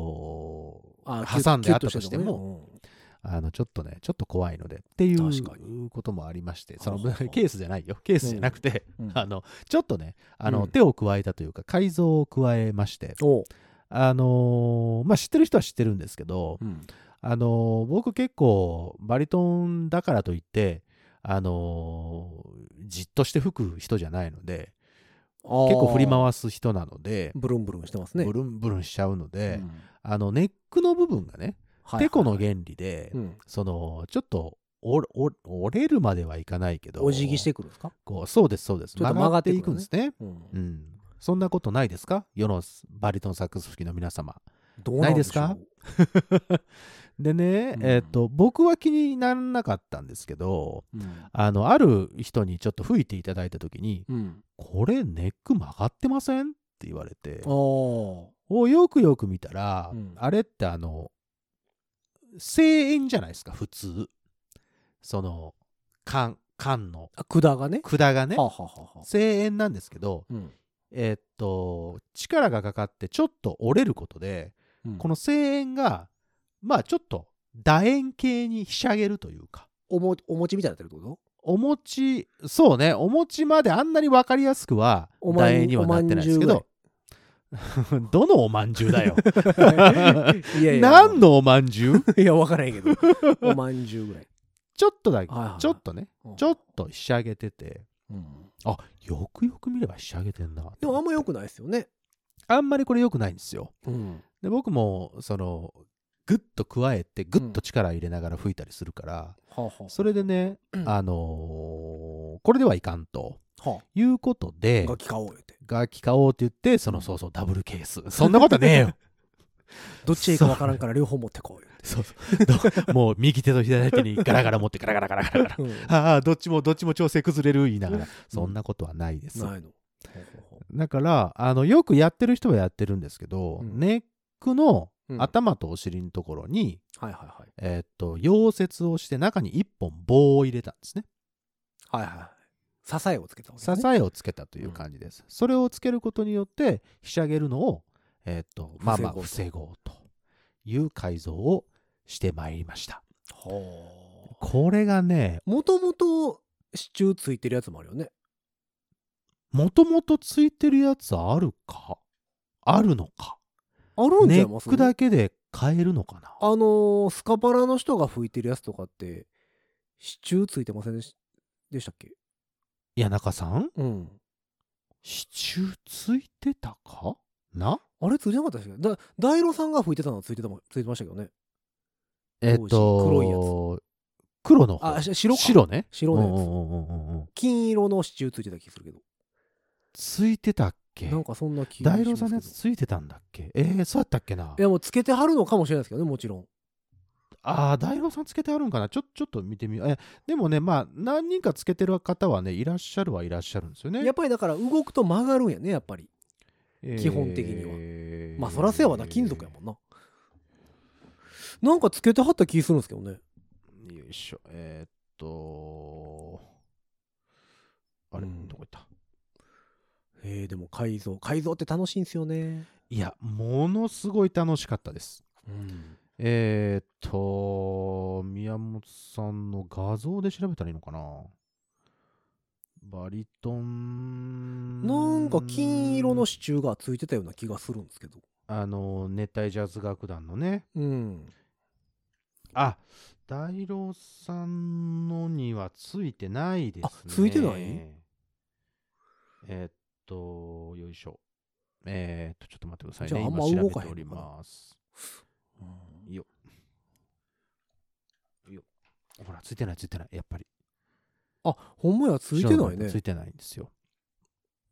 C: こう、
B: あ
C: 挟んであっ
B: キ
C: た
B: ュッ
C: としても、
B: もね
C: あのちょっとね、ちょっと怖いのでってい
B: 確か
C: うこともありまして、その
B: はあはあ
C: ケースじゃないよ、ケースじゃなくて、
B: うんうん
C: あのちょっとね、あの
B: うん
C: 手を加えたというか、改造を加えまして、
B: うんおう
C: あのーまあ、知ってる人は知ってるんですけど、
B: うん
C: あのー僕結構、バリトンだからといって、あのーじっとして吹く人じゃないので、結構振り
B: あー
C: 回す人なので、
B: ブルンブルンしてますね
C: ブルンブルンしちゃうので、
B: うん
C: あのネックの部分がね、
B: はい
C: テコの原理で、
B: うん
C: そのちょっと折折折れるまではいかないけど
B: お辞儀してくるんですか、
C: こうそうですそうです
B: ちょっと
C: 曲
B: 曲
C: が
B: が
C: っ
B: ってて
C: い
B: い
C: く
B: く
C: ん
B: の
C: で
B: ね
C: すね、
B: うん
C: うん、そんなことないですか世のバリトンサックス吹きの皆様
B: どうなんでしょう
C: ないですかでね、
B: うん
C: えっと、僕は気にならなかったんですけど、
B: うん
C: あの、ある人にちょっと吹いていただいたときに、
B: うん
C: これネック曲がってませんって言われて、
B: おー
C: およくよく見たら、
B: うん
C: あれってあの、声援じゃないですか、普通。その、缶、缶の、
B: あ管がね
C: 管がね
B: は、あはあはあはあ
C: 声援なんですけど、
B: うん
C: えっと、力がかかってちょっと折れることで、
B: うん
C: この声援が、まあちょっと楕円形にひしゃげるというか、
B: おもお餅みたいになってるってこと
C: お餅、そうね、お餅まであんなに分かりやすくは、
B: おまん
C: 楕円にはなってないですけど、 どのおまんじゅうだよ。
B: いやいや
C: 何のおまんじゅ う
B: いや分からへんけど おまんじゅうぐらい
C: ちょっとだけ
B: はいはいはい、
C: ちょっとね、ちょっとひしゃげてて、
B: うん
C: あよくよく見ればひしゃげてんな。
B: でもあんま良くないですよね
C: あんまりこれよくないんですよ。
B: うん
C: で僕も、その、ぐっと加えて、ぐっと力入れながら吹いたりするから、
B: はあはあ
C: それでね、
B: うん
C: あのーこれではいかんと
B: は
C: いうこと
B: あ
C: で、
B: 楽器買おうよって
C: 楽器買おうって言って、その、そうそう、ダブルケース。そんなことねえよ。
B: どっちへ行くか分からんから両方持ってこうよ
C: そうそう どもう右手と左手にガラガラ持ってガラガラガラガラガラ。
B: うん
C: ああ、どっちもどっちも調整崩れる言いながら、そんなことはないです。
B: ないのほうほうほ
C: だから、あの、よくやってる人はやってるんですけど、
B: うん
C: ネックの
B: うん
C: 頭とお尻のところに、
B: うはいはいはい
C: えーっと、溶接をして中に一本棒を入れたんですね。
B: はいはいはい。支えをつけたわけ
C: 支
B: ね。
C: えをつけたという感じです。それをつけることによって、ひしゃげるのを、えーっと、まあまあ、
B: 防
C: 防ごうという改造をしてまいりました。
B: ほ
C: これがね、
B: う。もともと支柱ついてるやつもあるよね。
C: もともとついてるやつあるかあるのか
B: あるんちゃ
C: ネ
B: います
C: ックだけで買えるのかな
B: あのースカパラの人が吹いてるやつとかって、支柱ついてませんでしでしたっけ
C: 谷中さん
B: うん。
C: 支柱ついてたかな
B: あれついてなかったですけど、だ大路さんが吹いてたのはついてたもついてましたけどね。
C: えっと
B: 黒い
C: 黒の方
B: あ、し白か
C: 白ね
B: 白のやつ
C: うんうんうんうんうん
B: 金色の支柱ついてた気するけど。
C: ついてたっけ
B: なんかそんな気がします
C: 大
B: けど。
C: 郎さんのやつついてたんだっけえー、そうやったっけない
B: やもうつけてはるのかもしれないですけどね、もちろん。
C: ああ大郎さんつけてあるんかなちょちょっと見てみようえでもねまあ何人かつけてる方はねいらっしゃるはいらっしゃるんですよね
B: やっぱりだから動くと曲がるんやね、やっぱり。基本的には
C: は
B: まあそらせやわな金属やもんななんかつけてはった気するんですけどね
C: よいしょ、えーっと、あれ、
B: うん
C: どこ行った
B: えー、でも改造改造って楽しいんすよね
C: いや、ものすごい楽しかったです。
B: うん
C: えーっと、宮本さんの画像で調べたらいいのかなバリトン。
B: なんか金色の支柱がついてたような気がするんですけど
C: あの、熱帯ジャズ楽団のね。
B: うん
C: あ、大郎さんのにはついてないですね。
B: あついてない
C: えーっと、よいしょ。えーっと、ちょっと待ってくださいね。
B: じゃああんま
C: 今調
B: 動
C: べ
B: かへんのかな
C: ております。よよほら、ついてない、ついてない。やっぱり。
B: あほんまやついて
C: 知ら
B: な
C: か
B: い
C: った
B: ね
C: ついてないんですよ。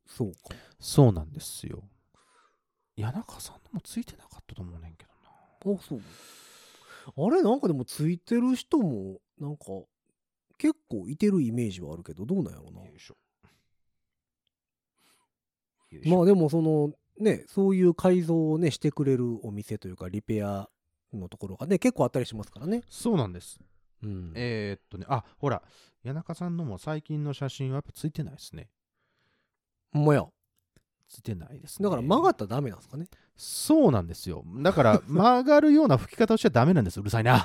B: そうか
C: そうなんですよ。谷中さんのもついてなかったと思うねんけどな。
B: あそうあれなんかでもついてる人もなんか結構いてるイメージはあるけどどうなんやろな
C: よいしょ。よいしょ
B: まあでもそのねそういう改造をねしてくれるお店というかリペアのところがね結構あったりしますからね、
C: そうなんです。
B: うん
C: えーっとね、あ、ほら、谷中さんのも最近の写真はやっぱついてないですね。
B: ほんまや
C: ついてないですね。
B: だから曲がったらダメなんですかね
C: そうなんですよ。だから 曲がるような吹き方をしちゃダメなんです。うるさいな。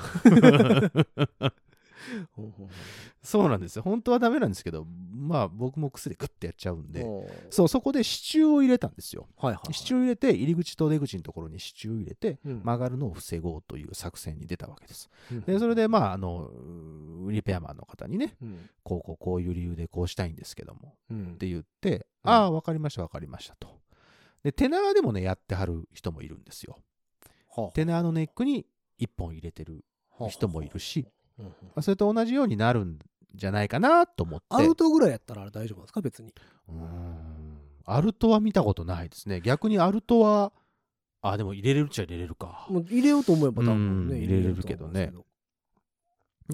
C: そうなんですよ。本当はダメなんですけど、まあ僕も癖でグッてやっちゃうんで。
B: おー
C: そう、そこで支柱を入れたんですよ。
B: はいはいはい
C: 支柱を入れて、入り口と出口のところに支柱を入れて、
B: うん
C: 曲がるのを防ごうという作戦に出たわけです。
B: うん
C: で、それで、まあ、あの、うーリペアマンの方にね、
B: うん
C: こう、こう、こういう理由でこうしたいんですけども、
B: うん
C: って言って、
B: うん
C: ああ、わかりました、わかりましたと。で、テナーでもね、やってはる人もいるんですよ。
B: はあ
C: テナーのネックに1本入れてる人もいるし、
B: うんうん
C: まあそれと同じようになるんじゃないかなと思って。
B: アウトぐらいやったらあれ大丈夫なんですか別に
C: うーんアルトは見たことないですね。逆にアルトは、あ、でも入れれるっちゃ入れれるか。
B: もう入れようと思えば多分ね、
C: うん
B: と思うんです
C: 入れれるけど
B: け
C: で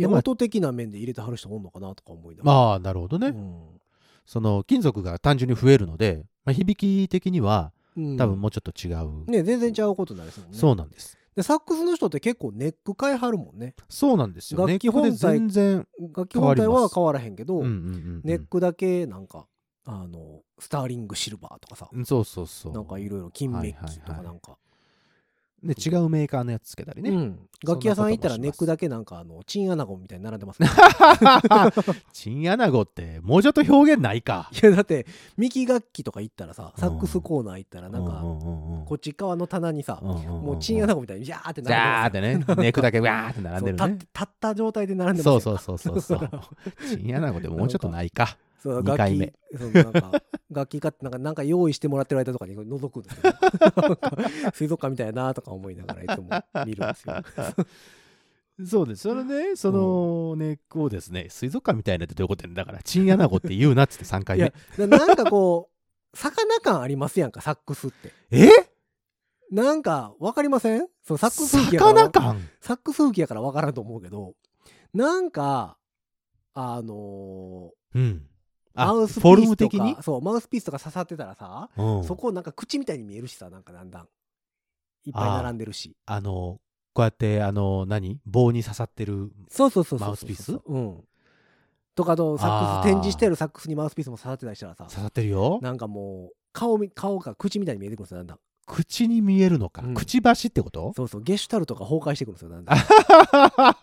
B: ど。
C: も
B: 音的な面で入れてはる人おんのかなとか思いながら。
C: まあ、なるほどね。
B: う
C: その金属が単純に増えるので、まあ、響き的には
B: ん、
C: 多分もうちょっと違う。
B: ね全然違うことになりそうもんね
C: そうなんです。
B: でサックスの人って結構ネック変えはるもんね
C: そうなんですよ。
B: 楽器本体
C: ネックで全然、
B: 楽器本体
C: 変わりま
B: は
C: す
B: 変わらへんけど、
C: うんうんうん
B: ネックだけなんかあのスターリングシルバーとかさ
C: うんそうそうそう。
B: なんかいろいろ金メッ
C: はいはい
B: キとか
C: はい
B: なんか、
C: で違うメーカーのやつつけたりね。
B: うん、楽器屋さん行ったら
C: そんなこともします
B: ネックだけなんかあのチンアナゴみたいに並んでますね
C: チンアナゴってもうちょっと表現ないか。
B: いやだってミキ楽器とか行ったらさサックスコーナー行ったらなんかこ
C: こ
B: っち側の棚にさも
C: も
B: うチンアナゴみたいにジャーって
C: じ
B: 並
C: ゃーってね、 ネックだけわーって並ん
B: んで
C: でる
B: ますねそう
C: ね
B: 立っ。立った状態で並んでます
C: そ
B: よ
C: うそうそうそうそう。 チンアナゴでもうちょっとないか。
B: そう
C: 二
B: 楽
C: 回
B: 器
C: 目
B: そうなんか 楽器買ってなんかなんか用意してもらってる間とかにこれ覗くんですけどなんか水族館みたいやなとか思いながらいつも見るんですよ。
C: そうです。それで、そのネックをですね、水族館みたいなってどういうことやねんだから、チンアナゴって言うなっつって3回
B: いや
C: 目。
B: ななんかこう魚感ありますやんかサックスって。
C: え
B: なんかわかりませんそうサックス吹きやから
C: 魚感
B: サックス吹きやからわからんと思うけどなんかあの
C: うん。
B: ー、
C: あ、
B: マ
C: フ
B: ウスピー
C: ォル
B: ス
C: ム
B: と
C: 的に
B: かそうマウスピースとか刺さってたらさ、
C: うん
B: そこなんか口みたいに見えるしさなんかだんだんいっぱい並んでるし。
C: あの、こうやって、あの、何棒に刺さってる。
B: そうそうそうそうそう。
C: マウスピース
B: うん。とかあとサックス
C: あー
B: 展示してあるサックスにマウスピースも刺さってたりしたらさ
C: 刺さってるよ。
B: なんかもう顔み顔が口みたいに見えてくるんですよだんだん
C: 口に見えるのか。
B: うん
C: くちばしってこと
B: そうそうゲシュタルとか崩壊してくるんですよだんだん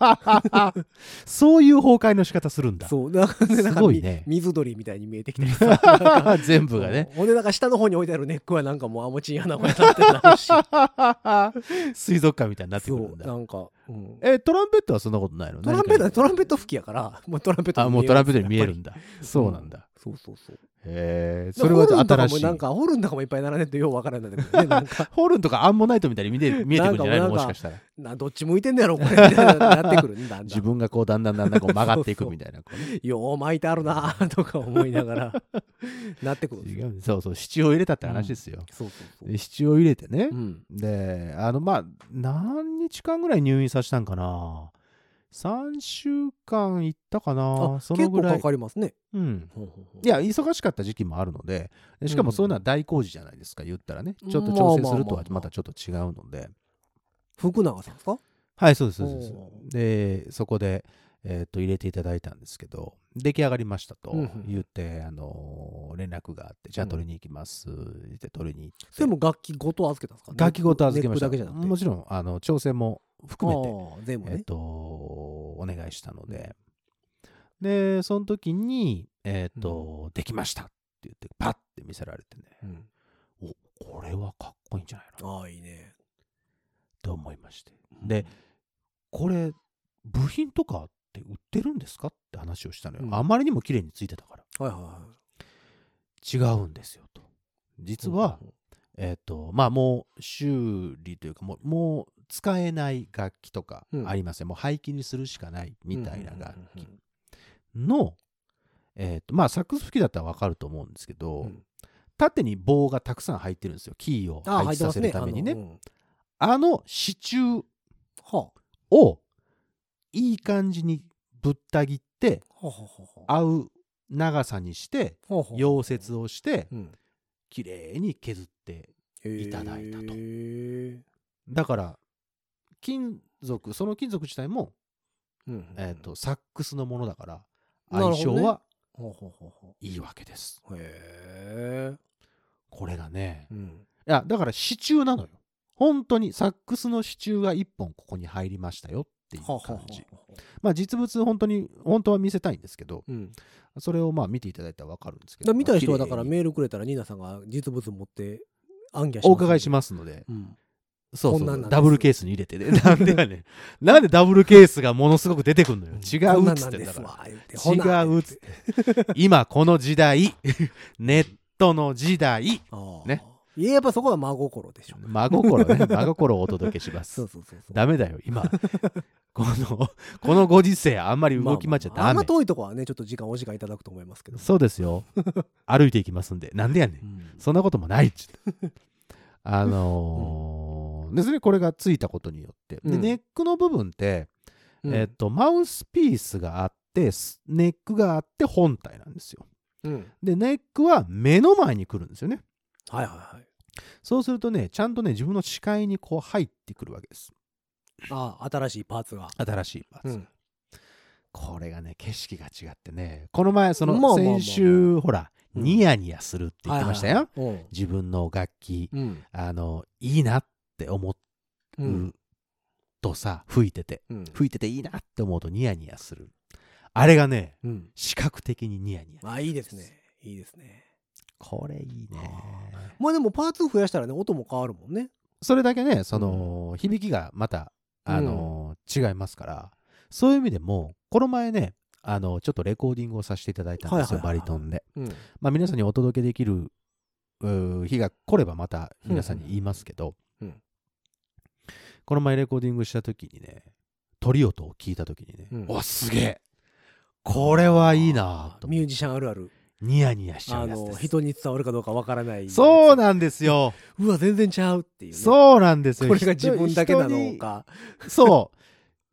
C: そういう崩壊の仕方するんだ。
B: そうなんかねなんか
C: すごいね
B: み水鳥みたいに見えてきたりさ
C: 全部がね。
B: そうほんでなんか下の方に置いてあるネックはなんかもうあもちんやなこやなってなるし
C: 水族館みたいになってくる
B: そ
C: ん
B: う
C: だ
B: な。んか、うん、
C: え、トランペットはそんなことないの
B: トランペットトランペッ
C: ト
B: ト吹きやからもうトランペット
C: あ、
B: に
C: もうトランペットに見え
B: や
C: る
B: っ
C: んだ。そうなんだ。
B: ぱりそうそうそう
C: へえ、それは新しい
B: ホルンとかも。なんかホルンとかもいっぱい並んでてようわからんないんだけどねなんか
C: ホルンとかアンモナイトみたいに見えて見えてくるんじゃないの
B: なんかもう
C: も
B: なんか
C: しかしたら。
B: などっち向いてんのやろこれみたいななってくるんだんだん
C: 自分がこうだんだんだんだんこう曲がっていくみたいな。こうね
B: よう巻いてあるな あとか思いなが らなってくるんです
C: 違
B: よ
C: うそうそう、支柱を入れたって話ですよ。
B: そうそうそう、
C: で支柱を入れてね
B: う。ん、
C: で、あの、まあ、何日間ぐらい入院させたんかな。3週間行ったかな。
B: あ
C: そのぐら
B: 結構
C: い
B: か。かりますね
C: うん。
B: ほうほうほう
C: いや、忙しかった時期もあるので、でしかもそういうのは大工事じゃないですか、言ったらね。ちょっと調整するとはまたちょっと違うので。
B: 福永さんですか
C: はい、そうです、そうです
B: お。
C: で、そこで、えっと、入れていただいたんですけど、出来上がりましたと
B: うんうん
C: 言って、あのー、連絡があって、じゃあ取りに行きます。って取りに行って。
B: それも楽器ごと預けたんですか
C: 楽器ごと預けました。
B: ネックだけじゃなくて
C: もちろん、あの、調整も含めて。
B: ああ全部
C: えっ
B: ね、
C: と、お願いしたので、で、その時に、えっと、できましたって言って、パッて見せられてね、
B: うん、
C: お、これはかっこいいんじゃないのっ
B: ああいいね
C: て思いまして。で、これ、部品とかって売ってるんですかって話をしたのよ。
B: うん
C: あまりにも綺麗についてたから。
B: はいはいはい
C: 違うんですよ、と。実は、えっと、まあ、もう修理というか、もう、もう使えない楽器とか
B: うん
C: ありません。もう廃棄にするしかないみたいな楽
B: うんうんうん
C: 器
B: うん
C: の、えっとまあサックス吹きだったらわかると思うんですけど、
B: うん
C: 縦に棒がたくさん入ってるんですよキーを
B: ああ入って
C: 配置さ
B: ます
C: せる
B: ね
C: ためにねあ
B: あの
C: の
B: うん
C: 支柱
B: は
C: をいい感じにぶった切って
B: あはあはあはあ
C: 合う長さにして
B: はあはあ
C: 溶接をして
B: うん
C: きれいに削っていただいたと
B: へえ
C: だから金属その金属自体も、
B: うん
C: え
B: は
C: っとサックスのものだから
B: なるほど
C: 相
B: ね
C: 性は
B: あはあはあはい
C: いわけです。
B: あへ
C: これがね
B: えうん
C: いや、だから支柱なのよ。本当にサックスの支柱が1本ここに入りましたよっていう
B: はあはあは
C: 感じ。
B: あはあ
C: まあ実物本当に、本当は見せたいんですけど、
B: うん
C: それをまあ見ていただいたらわかるんですけ
B: だ
C: ど。
B: 見たい人はだから
C: まあ綺麗に
B: メールくれたらニーナさんが実物持って暗記
C: お伺いし
B: す
C: ますので、
B: んで。うん
C: そう
B: こ
C: そ
B: んなんなんで
C: う
B: す
C: ダブルケースに入れてね。 なんでやねん。なんでダブルケースがものすごく出てくるのよ。違
B: こん
C: う
B: な
C: っ
B: ん
C: つ
B: な
C: っ
B: ん
C: てん
B: で
C: だ
B: す
C: か
B: わ言ってほんな
C: ら。違うっつって。 今この時代、 ネットの時代、
B: ああ
C: ね
B: いややっぱそこは真心でしょ。
C: 真心 ね、真心をお届けします。
B: そうそうそうそう。
C: ダメだよ、今。 この、このご時世、あんまり動き回っちゃ
B: まあまああ
C: ダ
B: ん
C: メ
B: ま。遠いとこはね、ちょっと時間お時間いただくと思いますけど。
C: そうですよ。歩いていきますんで。なんでやね。
B: うんん
C: そんなこともないっちゅって。あのうんですねこれがついたことによって、
B: う
C: で
B: ん
C: ネックの部分って、
B: うん
C: えっとマウスピースがあってスネックがあって本体なんですよ
B: うん
C: でネックは目の前に来るんですよね
B: はいはいはい
C: そうするとねちゃんとね自分の視界にこう入ってくるわけです
B: ああ新しいパーツが
C: 新しいパーツ、
B: うん
C: これがね景色が違ってねこの前そ
B: まあま
C: の
B: あまあまあ
C: 先週ほら
B: うん
C: ニヤニヤするって言ってましたよ、
B: はいはいはい
C: 自分の楽器
B: うん
C: あのいいなって思
B: う
C: うんとさ吹いてて
B: うん
C: 吹いてていいなって思うとニヤニヤするあれがね
B: うん
C: 視覚的にニヤニヤ
B: あいいですねいいですね
C: これいいね
B: まあでもパーツ増やしたらね音も変わるもんね
C: それだけねその、響きがまたあの、違いますからそういう意味でもこの前ねあのちょっとレコーディングをさせていただいたんですよ、
B: はいはいはいはい
C: バリトンで、
B: うん
C: まあ、皆さんにお届けできるうー日が来ればまた皆さんに言いますけど、
B: うんうん
C: この前レコーディングした時にね鳥音を聞いた時にね、
B: うん
C: おすげえこれはいいなぁと
B: ミュージシャンあるある
C: ニヤニヤしちゃ
B: あ
C: うやつで
B: の
C: す
B: 人に伝わるかどうかわからない
C: そうなんですよ
B: うわ全然ちゃうっていうね
C: そうなんですよ
B: これが自分だけな
C: 人に
B: のか
C: そ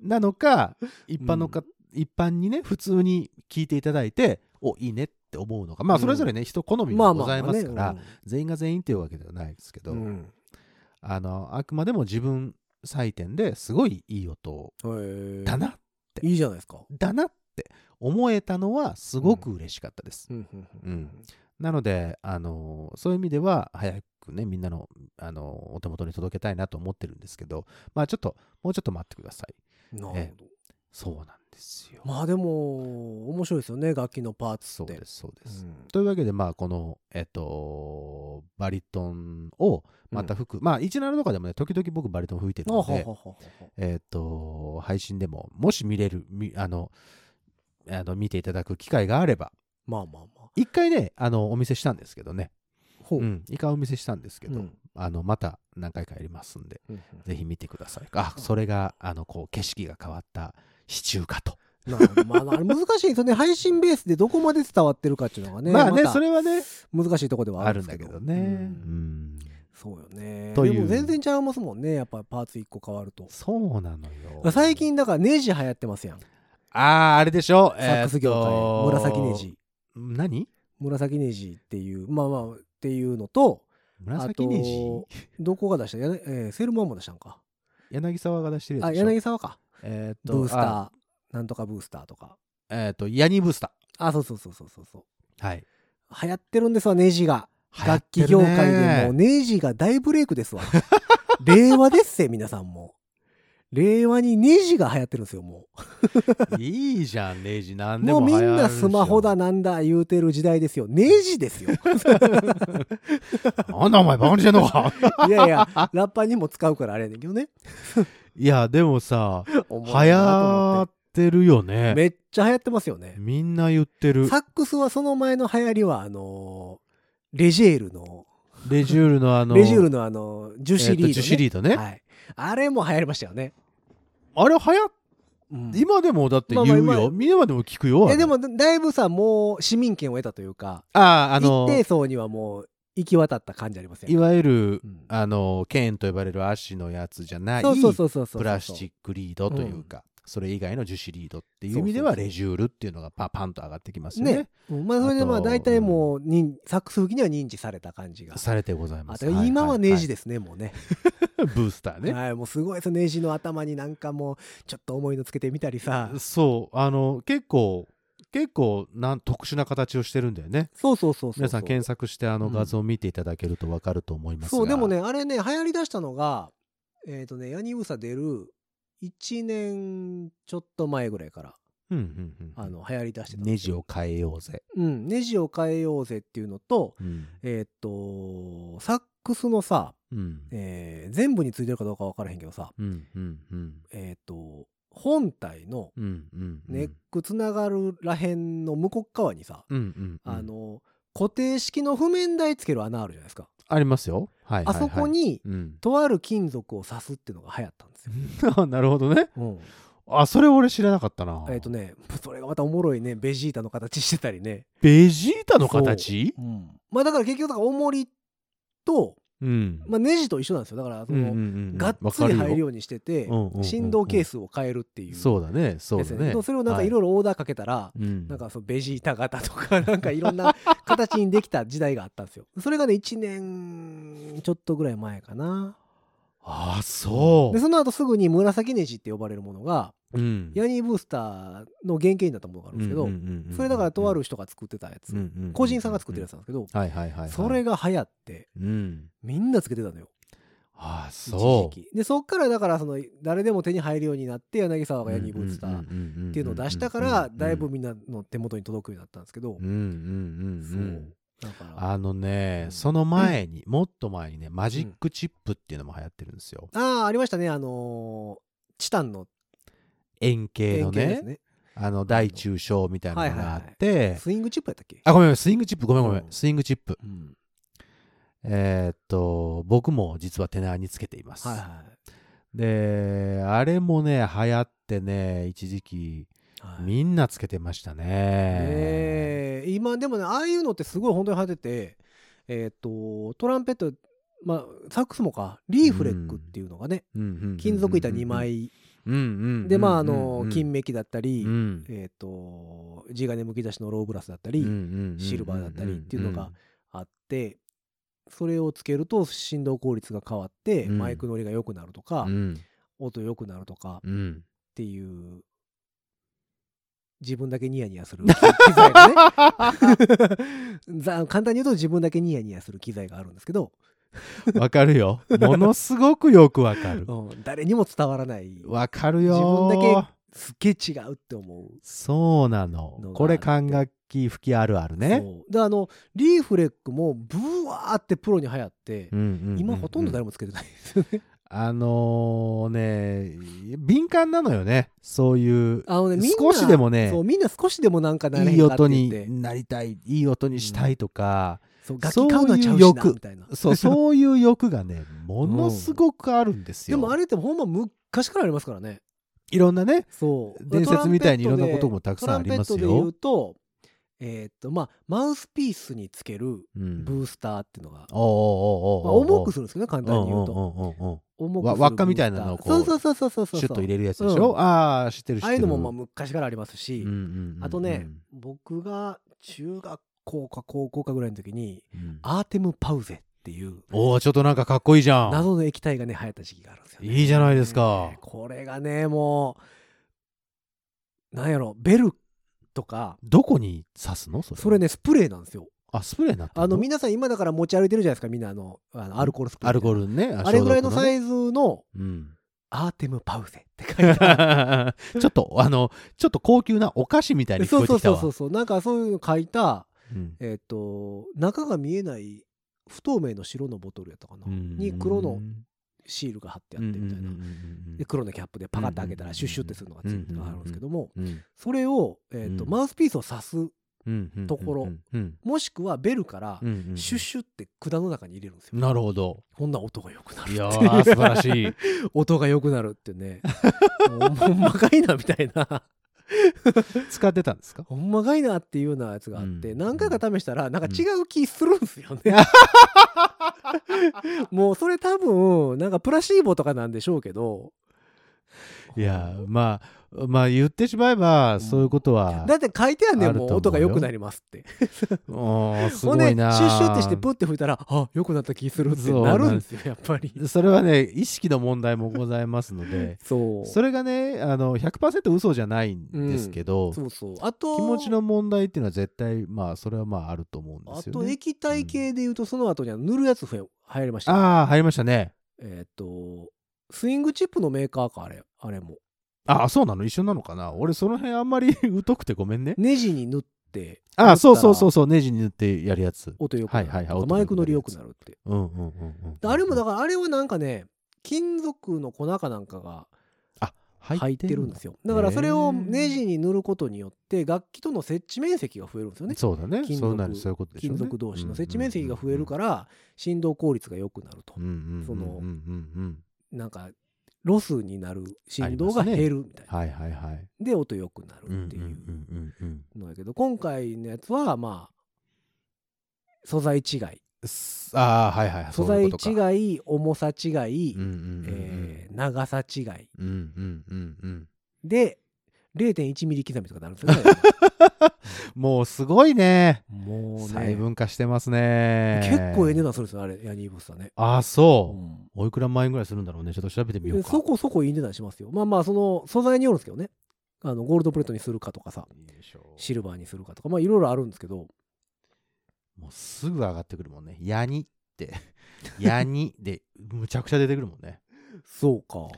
C: うなのか一般のか、一般にね普通に聞いていただいておいいねって思うのかまあそれぞれね、人好み
B: まあま
C: もご
B: あ
C: ざいますから、
B: ね
C: 全員が全員っていうわけではないですけど、
B: うん
C: あのあくまでも自分採点ですごいいい音
B: うんへえ
C: だな、
B: いいじゃないですか
C: だなって思えたのはすごく嬉しかったです、
B: うんうん
C: うんなのであのそういう意味では早くねみんなのあのお手元に届けたいなと思ってるんですけどまあちょっともうちょっと待ってくださ
B: う
C: い
B: んなる
C: え
B: ほど
C: そうなんですよ、
B: まあでも面白いですよね楽器のパーツ
C: そ
B: っ
C: う
B: て
C: ですそうです、
B: うん
C: というわけでまあこのえっとバリトンをまた吹く、まあ17とかでもね時々僕バリトン吹いてる
B: あ
C: の
B: は
C: で、
B: はははは
C: えっ、と、配信でも、もし見れる、みあの、あの見ていただく機会があれば、
B: まあまあまあ
C: 一回ね、あの、お見せしたんですけどね、
B: ほう
C: うん、一回お見せしたんですけど、
B: うん
C: あの、また何回かやりますんで、
B: うん
C: ぜひ見てください。あ、それが、あの、こう、景色が変わったシチューかと。
B: なるほどまああれ難しいですよね配信ベースでどこまで伝わってるかっていうのがね
C: まあね、
B: た
C: それはね、
B: 難しいとこでは
C: あ
B: ある
C: るん
B: ん
C: だ
B: だ
C: け
B: け
C: ど
B: ど
C: ね。う
B: うん
C: ん。
B: そうよね
C: という
B: でも全然ちゃいますもんねやっぱパーツ1個変わると
C: そうなのよ。
B: 最。近だからネジ流行ってますやんサ
C: ああ、あれでしょ。
B: ックス業
C: えーっ
B: 界
C: と
B: 紫ネジ。
C: 何
B: 紫ネジっていうまあまあっていうのと
C: 紫ネ
B: あ
C: ジ
B: とどこが出したやなえーセールマンも出したんか
C: 柳沢が出してるやつ
B: あ
C: でしょ。
B: 柳沢か
C: えーっと
B: ブースタ
C: あ
B: ーなんとかブースターとか
C: えっ、と、ヤニブースタ
B: あそうそうそうそうそうそう
C: ー。はい。
B: 流行ってるんですわネジが楽器
C: 流
B: 業
C: 行ってるね
B: 界でもうネジが大ブレイク ですわ令和ですせ皆さんも令和にネジが流行ってるんですよも
C: いいじゃん、ネジ。な
B: うん
C: で
B: も
C: も
B: う
C: 流
B: み
C: 行る
B: んなスマホだ
C: な。
B: なんだ言うてる時代ですよネジです よ
C: なんだお前、バカにしてんのか。
B: いやいやラッパーにも使うからあれやねんけどね
C: いや、でもさ、流
B: 思うなと
C: 行
B: 思っ
C: ってるよ
B: て
C: ね。
B: めっちゃ流行ってますよね
C: みんな言ってる
B: サ。ックスはその前の流行りはあのーレジェールの
C: レジュールのあの、
B: レジュールのあの樹
C: え
B: 脂
C: っ
B: リ
C: と
B: ード、ね
C: 樹脂リードね。
B: はい、あれも流行りましたよね、
C: あれ、流行っ
B: うん
C: 今でもだって言う
B: まあまあ
C: よ。
B: 今
C: みんなでも聞くよ。あれ
B: えで、もだだいぶさもう市民権を得たというか、
C: あーあの
B: 一、定層にはもう行き渡った感じありますよ
C: いわゆる
B: う、ん
C: あの、ケーンと呼ばれる足のやつじゃない、
B: そうそうそうそうそう
C: プラスチックリードというか、それ以外の樹脂リードっていう意味で
B: そ
C: は
B: うそうそう
C: レジュールっていうのがパパンと上がってきますよね。
B: ねうんまあそれでま
C: あ
B: あ
C: と
B: 大体もう認、サックス吹きには認知された感じが
C: されてございま
B: あ
C: す。
B: と今はネジ
C: で、
B: ですね、もうね
C: はい ブースターね。
B: はいもうすごいですネジの頭になんかもうちょっと重いのつけてみたりさ
C: そうあの結構結構なん特殊な形をしてるんだよね。
B: そうそうそうそうそう
C: 皆さん検索してあ
B: う
C: の
B: ん
C: 画像を見ていただけるとわかると思いますが、
B: そうでもねあれね流行りだしたのがえっ、とねヤニウサ出る1年ちょっと前ぐらいから
C: うんうんうん、
B: あの流行りだしてたん
C: ネ
B: です
C: ジ
B: よ
C: を変えようぜ。
B: うん、ネジを変えようぜっていうのと、
C: うん
B: えーっと、サックスのさ、
C: うん
B: えー全部についてるかどうか分からへんけどさ、
C: うんうんうん
B: えーっと、本体の
C: うんうん
B: ネックつながるらへんの向こう側にさ、
C: うんうんうん
B: あの、固定式の譜面台つける穴あるじゃないですか。
C: ありますよ。はいはいはい、
B: あそこ、に、
C: うん、
B: とある金属を刺すっていうのが流行ったんですよ。
C: なるほどね。
B: うん
C: あそれ俺知らなかったな。
B: えーっとね、それがまたおもろいね、ベジータの形してたりね。
C: ベジータの形
B: うんまあだから結局だから重りと
C: うん。
B: まあ、ネジと一緒なんですよだからそ
C: うんうん
B: の、
C: うんうん
B: がっつり入るようにしてて、
C: うんうんうんうん
B: 振動ケースを変えるっていう
C: そうだね、そう
B: やつ
C: だ
B: やね
C: ね。
B: でもそれをなんかいろいろオーダーかけたら、
C: はいうん
B: なんかそのベジータ型とかなんかいろんな形にできた時代があったんですよそれがね1年ちょっとぐらい前かな
C: ああ、そ
B: で
C: う。
B: その後すぐに紫ネジって呼ばれるものが
C: うん
B: ヤニーブースターの原型になったものがあるんですけど、それだからとある、人が作ってたやつ、
C: うんうんうんうん
B: 個人さんが作ってるやつ。なんですけど、
C: はいはいはいはい。
B: それが流行って
C: うん。
B: みんなつけてたのよ
C: ああ、
B: 一
C: そう
B: 時。期でそっからだからその誰でも手に入るようになって柳沢がヤニーブースターっ
C: って
B: いうのを出したからだいぶみんなの手元に届くようになったんですけど、
C: うんうんうんうん
B: そうだから
C: あのね
B: うん
C: その前にもっと前にねマジックチップっていうのも流行ってるんですよ
B: ああありましたねあのーチタンの
C: 円形
B: 円
C: の
B: 形です
C: ね
B: ね
C: あの大中小みたいなのがあって
B: スイングチップやったっけ
C: あごめんごめんスイングチップごめんごめん
B: うん
C: スイングチップ
B: うん
C: えーっと僕も実は手縄につけています
B: はいはい
C: であれもね流行ってね一時期
B: はい
C: みんなつけてました
B: ね
C: ね
B: え今でもねああいうのってすごい本当に流行っててえっ、とトランペットまあサックスもかリーフレックっていうのがね、
C: うんうんうんうん
B: 金属板2枚、
C: うんうんうんうん
B: でまああの金
C: メ
B: メキだったり、
C: うん
B: えっ、と地金むき出しのローブラスだったり、シルバーだったりっていうのがあってそれをつけると振動効率が変わって、
C: うん
B: マイク乗りが良くなるとか、
C: うん
B: 音良くなるとかっ
C: うん
B: ていう自分だけニヤニヤする機材が ねざ簡単に言うと自分だけニヤニヤする機材があるんですけど、
C: わかるよものすごくよくわ かる
B: うん誰にも伝わらない
C: わかるよ
B: 自分だけすっげえ違うって思う。
C: そうなの
B: のが
C: これ管楽器吹きあるあるね
B: そうであのリーフレックもブワーってプロに流行って、
C: うんうんうんうん
B: 今ほとんど誰もつけてないですよね。
C: あのーね敏感なのよねそういう
B: あのねみんな
C: 少しでもね
B: そうみんな少しでもなんかなれへ
C: いい
B: んかって
C: 音
B: 言って
C: になりたいいい音にしたいとか、
B: そう楽器買うのはちゃうし
C: そういう
B: な
C: 欲
B: みたいな
C: そうそういう欲 がねものすごくあるんです
B: で
C: よ、
B: もあれってほんま昔からありますからね
C: いろんなね
B: そう
C: 伝説みたいにいろんなこともたくさんありますよ
B: トランペットで言うとえーっとまあマウスピースにつける
C: うん
B: ブースターっていうのが、
C: おうおう
B: まあ、
C: おうおうおう
B: 重くするんですけどね簡単に言うと
C: んうんうん
B: 重くする
C: わ輪っかみたいなのをこう
B: そうそうそうそうそうそう
C: シュッと入れるやつでし
B: う
C: ょ、
B: ん
C: ああ知ってる知ってる
B: ああいうのもまあ昔からありますし、
C: うんうんうん
B: あとね、僕が中学校か高校かぐらいの時に
C: うん
B: アーテムパウゼっていう
C: おおちょっとなんかかっこいいじゃん
B: 謎の液体がね流行った時期があるんですよ、ね、
C: いいじゃないですか
B: ねこれがねもうなんやろベルとか
C: どこに刺すのそれ
B: それねスプレーなんですよ
C: あスプレーになってる
B: あの皆さん今だから持ち歩いてるじゃないですかみんなあのあのアルコールスプレー
C: アルコー
B: ル
C: ルね
B: あれぐらいのサ
C: ズ、
B: イズの
C: うん、
B: アーテムパウゼって書いてある
C: ちょっとあのちょっと高級なお菓子みたいに 聞
B: そ
C: こ
B: う
C: え
B: そ
C: て
B: う
C: きた
B: そう
C: わ
B: そうそうなんかそういうの書いた
C: うん
B: えっ、と中が見えない不透明の白のボトルやったかな、
C: うん
B: に黒のシールが貼ってあってみたいな、
C: うんうんうん
B: で黒のキャップでパカッて開けたらシュッシュってするのがついてるのがあるんですけども、
C: うんうん
B: それを、えーと
C: うん
B: マウスピースを刺す
C: うんうん
B: ところ
C: うんうん
B: もしくはベルから
C: うんうんうん
B: シュッシュって管の中に入れるんですよ、
C: なるほど
B: こんな音が良くなる
C: いやー素晴らしい
B: 音が良くなるってねもうほんまかいなみたい な
C: 使ってたんですか
B: ほんまかいなっていうようなやつがあって、
C: うん
B: 何回か試したらなんか違う気するんですよね、 もうそれ多分なんかプラシーボとかなんでしょうけど
C: いやーまあまあ言ってしまえばそういうことは
B: だって書いてあんね
C: あ
B: ん
C: ると
B: もう
C: 思うよ
B: 音が良くなりますって
C: おーす
B: ほ
C: ご
B: んでシ
C: い
B: ュ
C: なー
B: ッシュってしてプッて吹いたらあ良くなった気するってなるんですよやっぱり
C: それはね意識の問題もございますので
B: そう
C: それがねあの100%嘘じゃないんですけど、
B: そうそうあと
C: 気持ちの問題っていうのは絶対まあそれはまああると思うんで
B: あ
C: すよ
B: と
C: ね。
B: 液体系でいうとその後には塗るやつ増え流行りましたね
C: ああ入りましたね。
B: えーっとスイングチップのメーカーかあれあれも
C: ああそうなの一緒なのかな俺その辺あんまり疎くてごめんね。
B: ネジに塗って
C: ああそうそうそう
B: う
C: そうネジに塗ってやるやつ。
B: 音良くなる、
C: はいはいはい音良くなる
B: マイク乗り
C: やつ
B: 良くなるって
C: うんうんうんうん。
B: であれもだからあれはなんかね金属の粉かなんかが
C: 入
B: 入ってるんですすよだからそれをネジに塗ることによって楽器との接地面積が増えるんですよね
C: そうだね。
B: 金属
C: そうなるそういうことでしょう
B: 金
C: ね。
B: 属同士の接地面積が増えるから振動効率が良くなると
C: うんうんうん
B: その
C: うんうんうん
B: なんかロスになる振動が
C: ありますね
B: 減るみたいな、
C: はいはいはい。
B: で音良くな
C: うん
B: るっていうん
C: うんうんうん
B: のやけど今回のやつはまあ素材違い
C: すああ、はいはい。
B: 素
C: そうい
B: 材
C: うことか
B: 違い重さ違い、
C: うんうんうん
B: えー長さ違い
C: うんうんうんうん
B: で0.1ミリ刻みとかなるんですよね
C: もうすごいね。
B: もう
C: 細
B: ね
C: 分化してますね。
B: 結構ええ値段するんですよあれヤニーブースターね、
C: ああ、そうう。
B: ん
C: おいくら万円ぐらいするんだろうね。ちょっと調べてみようか。
B: そこそこいい値段しますよまあまあその素材によるんですけどねあのゴールドプレートにするかとかさ
C: よいしょ
B: シルバーにするかとかまあいろいろあるんですけど
C: もうすぐ上がってくるもんね。ヤニって。 ヤニで、むちゃくちゃ出てくるもんね。
B: そうか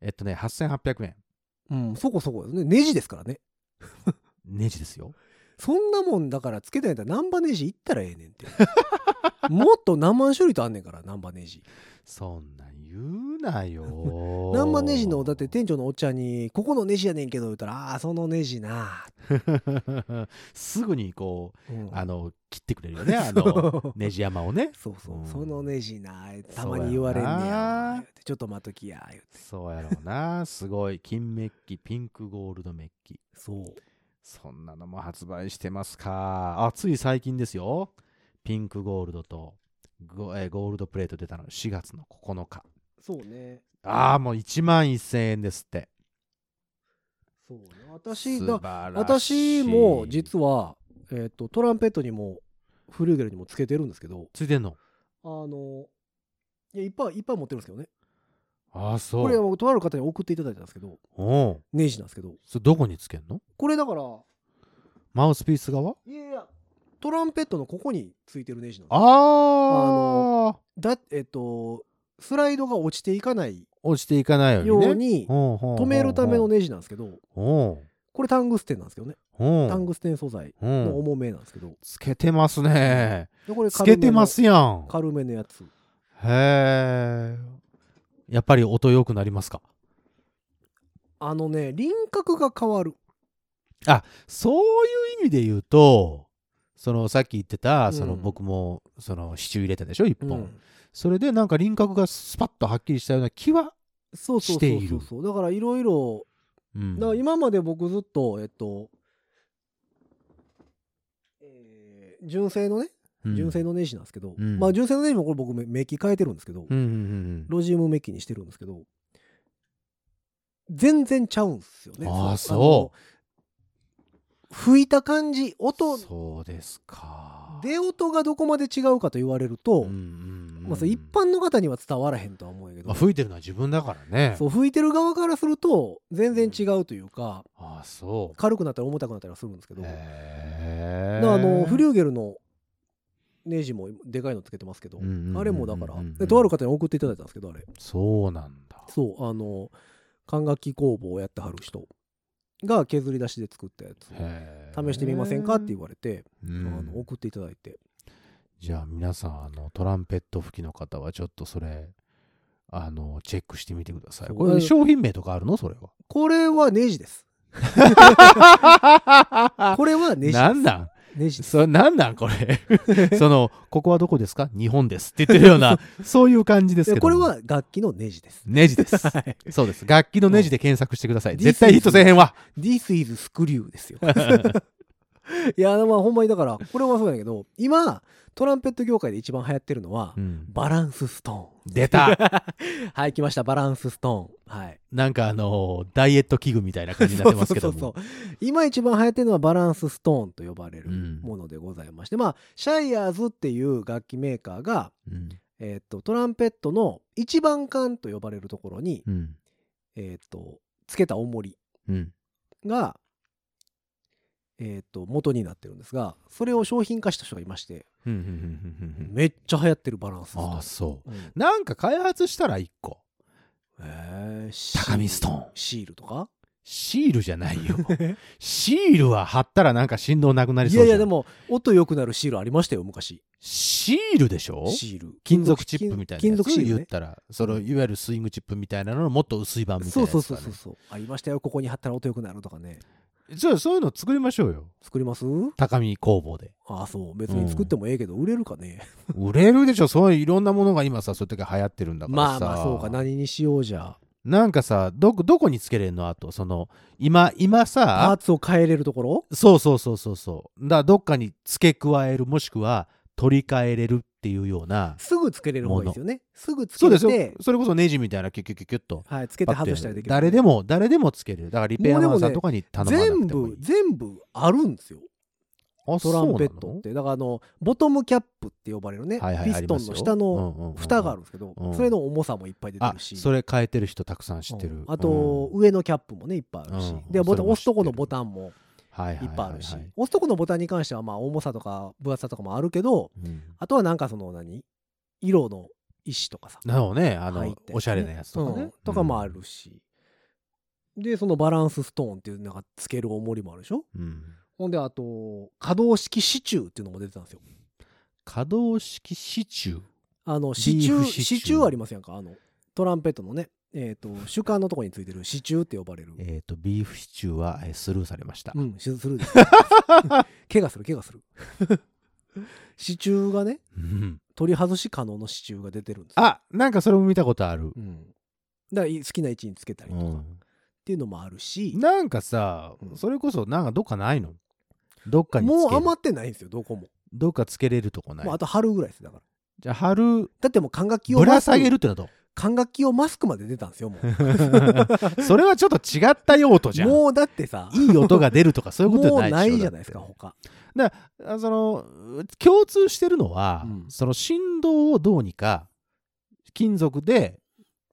C: えっとね、8800円。
B: うんそこそこですねネジですからね
C: ネジですよ。
B: そんなもんだからつけたんやったらナンバネジ行ったらええねんって もっと何万種類とあんねんからナンバネジ
C: そんなん言うなよ。
B: ナンバネジのだって店長のおっちゃんに「ここのネジやねんけど」言ったら「ああーそのネジな
C: すぐにこう、
B: ー」うん
C: あの、切ってくれ るよね。あの、ネジ山をね。
B: そうそう、
C: うん
B: そのネジなーたまに言われんねや
C: そうやな
B: 言うてちょっと待っときや言うて
C: そうやろうな。すごい。金メッキ、ピンクゴールドメッキ。
B: そう
C: そんなのも発売してますか。あ、つい最近ですよ。ピンクゴールドとゴ,、えーゴールドプレート出たの4月の9日。
B: そうね
C: ああ、もう1万1000円ですって。
B: そうね私
C: 素
B: だ
C: 晴らしい
B: 私も実は、えっとトランペットにもフルーゲルにもつけてるんですけど
C: ついてんの
B: あのいやいっぱいいっぱい持ってるんですけどね
C: ああ、そう。
B: これはとある方に送っていただいたんですけど
C: おう
B: ネジなんですけど
C: それどこにつけんの
B: これだから
C: マウスピース側
B: いやいやトランペットのここについてるネジなんです
C: ああ
B: だえっとスライドが落ちていかない
C: 落ちていかないよ
B: よ
C: うにね。
B: うに
C: 止
B: 止めるための。ネジなんですけど
C: おう
B: これタングステンなんですけどね
C: おう
B: タングステン素材の
C: うん
B: 重めなんですけど
C: つけてますね。
B: でこれ
C: つ
B: 軽め
C: け
B: の
C: てますやん。
B: 軽めのやつ
C: へえ。やっぱり音良くなりますか
B: あのね輪郭が変わる
C: そういう意味で言うと、そのさっき言ってた、
B: うん
C: その僕もその支柱入れたでしょ、一
B: う
C: 本、
B: ん
C: それでなんか輪郭がスパッとはっきりしたような気は。
B: そうそう
C: して
B: そう
C: い
B: そ
C: る
B: うそうだからいろいろ
C: うん
B: だから今まで僕ずっとえっとえー純正のね
C: うん
B: 純正のネジなんですけど、
C: うん
B: まあ純正のネジもこれ僕メメッキ変えてるんですけど、
C: うんうんうん
B: ロジウムメッキにしてるんですけど全然ちゃうんすよね
C: あーそう
B: 吹いた感じ
C: うん。
B: 音
C: そうですか。
B: 出音がどこまで違うかと言われると、
C: うんうんうん
B: まあ、それ一般の方には伝わらへんとは思うんやけど、
C: まあ、吹いてるのは自分だからね。
B: そう吹いてる側からすると全然違うというか、
C: ああ、そ
B: 軽くなったり重たくなったりはするんですけ
C: う。
B: ど、
C: へ
B: だ
C: え。
B: からあのフリューゲルのネジもでかいのつけてますけど、
C: うんうんうんうんうん
B: あれもだから、でとある方に送っていただいたんですけどあれ
C: そうなんだ。
B: そうあの管楽器工房をやってはる人が削り出しで作ったやつ
C: へえ
B: 試してみませんかって言われて、
C: うん
B: あの送っていただいて
C: じゃあ皆さんあのトランペット吹きの方はちょっとそれあのチェックしてみてください。
B: そう
C: これ商品名とかあるのそれは。
B: これはネジですこれはネジ
C: なんなん
B: ネジです
C: それなんなんこ れそのここはどこですか日本ですって言ってるような そういう感じですけど
B: で
C: も
B: これは楽器のネジです
C: ネジです
B: はい
C: そうです楽器のネジで検索してください
B: うん
C: 絶対ヒットせえへんわ
B: This is screw ですよ いやまあほんまにだからこれはそうやけど今トランペット業界で一番流行ってるのは、
C: うん
B: バランスストー
C: 出
B: ン
C: た
B: はい来ましたバランスストーンはい
C: なんかあのダイエット器具みたいな感じになってますけど も
B: そうそうそう今一番流行ってるのはバランスストーンと呼ばれる
C: うん
B: ものでございまして、まあシャイアーズっていう楽器メーカーが、
C: うん
B: えーっとトランペットの一番管と呼ばれるところに、
C: うん
B: えーっとつけた重り
C: うん
B: が、えーっと元になってるんですがそれを商品化した人がいまして
C: うんうんうんうんうん
B: めっちゃ流行ってるバランススト
C: ああ
B: ー
C: そう
B: ン。
C: なんか開発したら一個
B: えー
C: 高見ストーン
B: シールとか
C: シールじゃないよシールは貼ったらなんか振動なくなり
B: い
C: そ
B: や
C: う
B: い
C: じゃん
B: やでも音良くなるシールありましたよ昔
C: シールでしょ
B: シール
C: 金属チップみたいな
B: 金
C: やつ
B: 属シール、
C: 言
B: ね
C: っ、たらそのいわゆるスイングチップみたいなののもっと薄い版みたい
B: そ
C: な
B: う
C: やつ
B: そ
C: だ
B: う
C: ね
B: そうそうそうありましたよここに貼ったら音良くなるとかね
C: そうそういうの作りましょうよ
B: 作ります
C: 高見工房で
B: ああそう別に作ってもええけど売れるかね、
C: 売れるでしょそういういろんなものが今さそういう時流行ってるんだから
B: ま
C: さ
B: あまあそうか何にしようじゃ
C: なんかさどこどこにつけれるのあとその今今
B: パー
C: さ
B: ツを変えれるところ
C: そうそうそうそうそうだからどっかに付け加えるもしくは取り替えれるっていうような
B: すぐつけれる方がいいですよね。すぐつ
C: そう
B: け
C: ですよ
B: て、
C: それこそネジみたいなキュッキュッキュッキュッと
B: はい、つけて
C: パッと
B: 外
C: や
B: したりで
C: る
B: きる。
C: 誰でも誰でもつけるだからリペアマンさんとかに頼まな
B: 全
C: くてもいい
B: 部、全部あるんですよ。
C: あ
B: トランペットって。だからあの、ボトムキャップって呼ばれるね、
C: そうなのはいはい
B: ピストンの下の
C: の
B: 蓋があるんですけど、
C: うん
B: それの重さもいっぱい出て
C: あ
B: るし。
C: それ変えてる人たくさん知ってる、
B: う
C: うんん
B: あと、上のキャップもねいっぱいあるし、
C: うん
B: でボタン
C: それも知ってる
B: 押すとこのボタンも
C: はい
B: いっぱいあるし、
C: はいはいはい
B: 押すとこのボタンに関してはまあ重さとか分厚さとかもあるけど
C: うん
B: あとはなんかその何色の石とかさ
C: なるほどねあの、
B: 入って
C: おしゃれなやつとかね、
B: うんとかもあるし、でそのバランスストーンっていうなんかつける重りもあるでしょ
C: うん、
B: ほんであと可動式支柱っていうのも出てたんですよ
C: 可動式支柱
B: あの
C: リ
B: 支
C: ーフ
B: 柱
C: 支柱
B: 支柱ありますやんかあのトランペットのねえっ、と主管のとこについてる支柱って呼ばれる、
C: えっ、とビーフシチューは、えースルーされました、
B: うん、手術するでしょ怪我する、怪我する。 支柱がね、
C: うん
B: 取り外し可能の支柱が出てるんですよ。
C: あなんかそれも見たことある、
B: うん。だからい好きな位置につけたりとか
C: う
B: っ
C: ん
B: ていうのもあるし、
C: なんかさ
B: うん
C: それこそなんかどっかないのどっかにつける
B: もう余ってないんですよ、どこも。
C: どっかつけれるとこない、
B: もうあと春ぐらいです、だから。
C: じゃあ春
B: だってもう管楽器を
C: ぶら
B: マス
C: 下げる
B: ク、
C: っての はどう
B: 管楽器をマスクまで出たんですよ、もう。
C: それはちょっと違った用途じゃん。
B: もうだってさ、
C: いい音が出るとかそういうことじ
B: も
C: ゃ
B: う
C: な
B: な
C: いでしょ
B: いじゃないですか、
C: だって
B: 他。
C: あその共通してるのは、
B: うん
C: その振動をどうにか金属で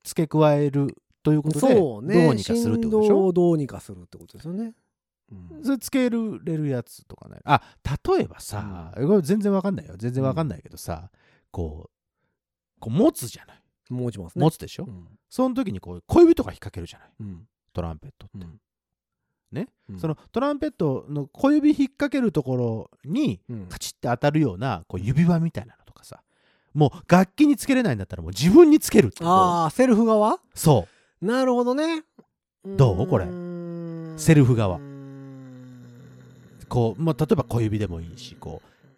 C: 付け加えるということで
B: そうね、
C: どうにかするってことでし
B: 振動
C: ょ
B: をどうにかするってことですよね。うん
C: それつけるれるやつとかないあ例えばさ、これ全然わかんないよ全然わかんないけどさ、こうこう持つじゃない
B: 持ちますね。
C: 持つでしょ、
B: うん
C: その時にこう小指とか引っ掛けるじゃない
B: うん
C: トランペットって、
B: うん
C: ね
B: うん
C: そのトランペットの小指引っ掛けるところに
B: うん
C: カチッて当たるようなこう指輪みたいなのとかさもう楽器につけれないんだったらもう自分につけるってこと
B: ああ、セルフ側
C: そ
B: なるほどね。
C: どうこれセルフ側
B: うーん
C: こう、まあ、例えば小指でもいいしこう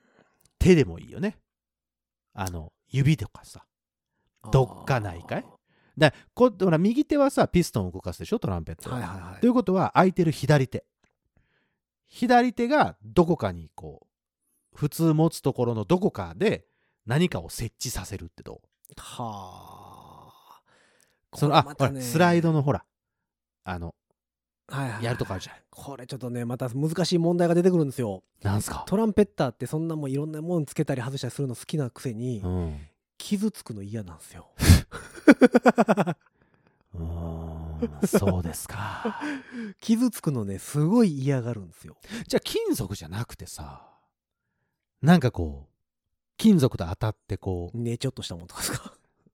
C: 手でもいいよねあの指とかさどっかないかいだからこほら右手はさピストンを動かすでしょトランペット
B: はいはいはい
C: ということは空いてる左手左手がどこかにこう普通持つところのどこかで何かを設置させるってどう
B: はあ
C: そのあ、ほらスライドのほらあのやると
B: か
C: こあるじゃない
B: これちょっとねまた難しい問題が出てくるんですよ
C: なんすか
B: トランペッターってそんなもんいろんなもんつけたり外したりするの好きなくせに、
C: うん
B: 傷つくの嫌なんですよ
C: うーんそうで すか
B: 傷つくのねすごい嫌がるんですよ
C: じゃあ金属じゃなくてさなんかこう金属と当たってこ
B: ねちょっとしたもんとか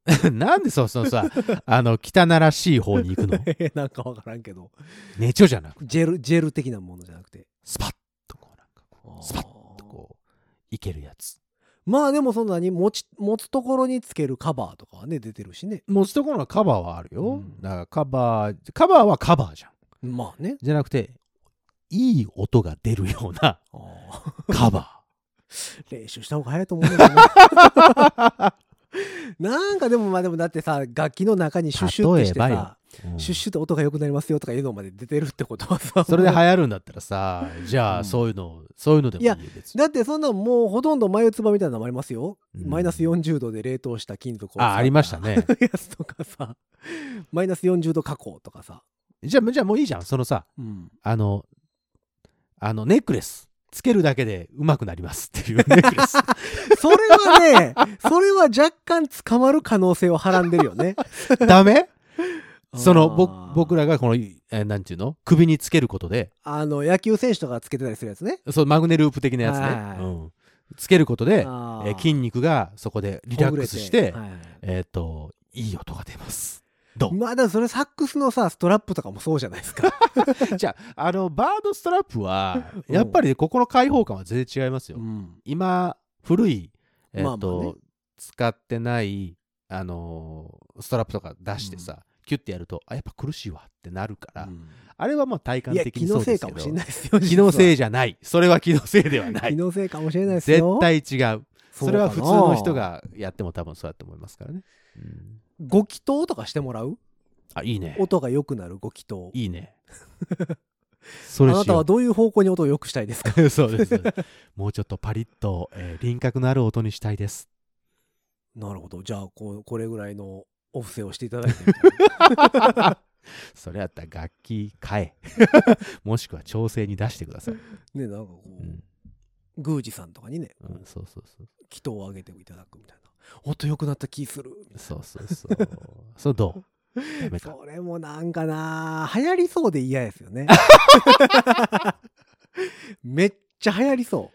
B: ですか
C: うなんでそうそうさあの汚らしい方に行くの
B: なんかわからんけど
C: ネチョじゃなくて
B: ジェルジェル的なものじゃなくて
C: スパッとこうなんかこうスパッとこういけるやつ
B: まあでもそんなに持ち持つところにつけるカバーとかはね出てるしね
C: 持つところのカバーはあるよ、
B: うん
C: だからカバーカバーはカバーじゃん
B: まあね
C: じゃなくていい音が出るよう な
B: あ
C: カバ
B: ー練習した方が早いと思うんだけ どねなんかでもまあでもだってさ楽器の中にシュッシュってして
C: 例えばよ
B: さ、
C: ー、うん
B: シュッシュって音が良くなりますよとかいうのまで出てるってことはさ
C: それで流行るんだったらさじゃ
B: うん
C: あそういうの、そういうのでもいいよ
B: い
C: 別に
B: だってそんなんもうほとんど眉唾みたいなのもありますよ、
C: うん
B: マイナス40度で冷凍した金属を
C: あありましたね
B: やつとかさマイナス40度加工とかさ、
C: じゃあじゃあもういいじゃんそのさ
B: うん、
C: あのあのネックレスつけるだけでうまくなりますっていうネックレス
B: それはねそれは若干捕まる可能性をはらんでるよね
C: ダメそのぼ
B: あー
C: 僕らがこの、えーなんていうの首につけることで
B: あの野球選手とかつけてたりするやつね
C: そうマグネループ的なやつね、
B: はいはいはい
C: うん、つけることで、
B: あ
C: え
B: ー
C: ー筋肉がそこでリラックスして
B: ほぐれはいはい
C: えっ、といい音が出ますどう
B: まあだからそれサックスのさストラップとかもそうじゃないです か
C: じゃああのバードストラップは
B: うん
C: やっぱりここの開放感は全然違いますよ、
B: うん
C: 今古い、えっと
B: まあまあね
C: 使ってない、あのーストラップとか出してさ、キュッてやるとあやっぱ苦しいわってなるから、あれはもう体感
B: いや
C: 的
B: 気
C: に
B: の
C: そう
B: せ
C: で
B: い
C: す
B: か
C: けど
B: もしれないですよ
C: 気のせい
B: い
C: じゃないそれは気のせいではない
B: 気のせいかもしれないですよ
C: 絶対違うそれは普通の人
B: そうか
C: がやっても多分そうだと思いますからね、うん
B: なご祈祷とかしてもらう
C: あいいね
B: 音が良くなるご祈祷
C: いいね それ
B: あな
C: したよ
B: はどういう方向に音を良くしたいですか
C: う。 そうです。そうですもうちょっとパリッと、えー輪郭のある音にしたい です。
B: なるほどじゃあこうこれぐらいのお布施をしていただいて
C: それやったら楽器変え。 もしくは調整に出してください。
B: ねなんかこ
C: う
B: う、
C: ん、
B: 宮司さんとかにね
C: うん、そうそうそう。
B: 祈祷をあげていただくみたいな音良くなった気する
C: そうそう そう。そうどうダメか。
B: それもなんかな流行りそうで嫌ですよ ねめっちゃ流行りそ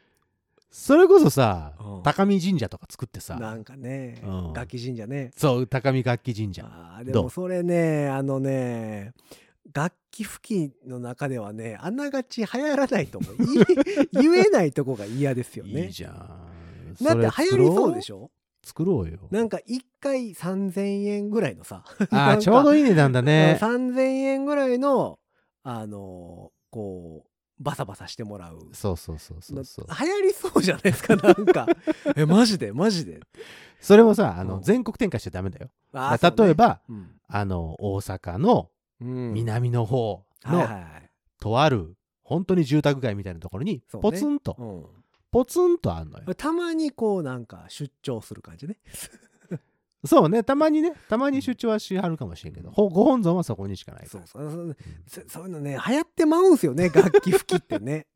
C: それこそさ、
B: うん
C: 高見神社とか作って
B: うな
C: さ、
B: んかね、
C: うん
B: 楽器神社ね
C: そう、高見楽器神社。
B: あーで
C: ど
B: も
C: う
B: それねあのね楽器付近の中ではねあながち流行らない とも言い言えないとこが嫌ですよね
C: いいじゃん。
B: だって流行りそうで
C: ょ
B: しょ
C: 作ろうよ。
B: なんか1回3000円ぐらいのさ
C: あ
B: な
C: あ、
B: んか
C: ちょうどいい値段だね。
B: 3000円ぐらいのあのこうバサバサしてもらう
C: そうそうそうそうそう。
B: な流行りそうじゃないです かなんかえマジでマジで
C: それもさ、あの、
B: うん
C: 全国展開しちゃダメだよ。
B: あー
C: 例え、ば、
B: そうね
C: あの、大阪の
B: うん、な
C: 南の方の、
B: はいはいはい
C: とある、本当に住宅街みたいなところに
B: そ、うね
C: ポツンと、
B: うん
C: ポツンとあんのよ。
B: たまにこうなんか出張する感じね。
C: そうね、たまにね、たまに出張はしはるかもしれんけど、
B: うん
C: ほご本尊はそこにしかないか
B: そう
C: ら。
B: そうそそういうのね流行ってまうんす よね楽器吹きってね。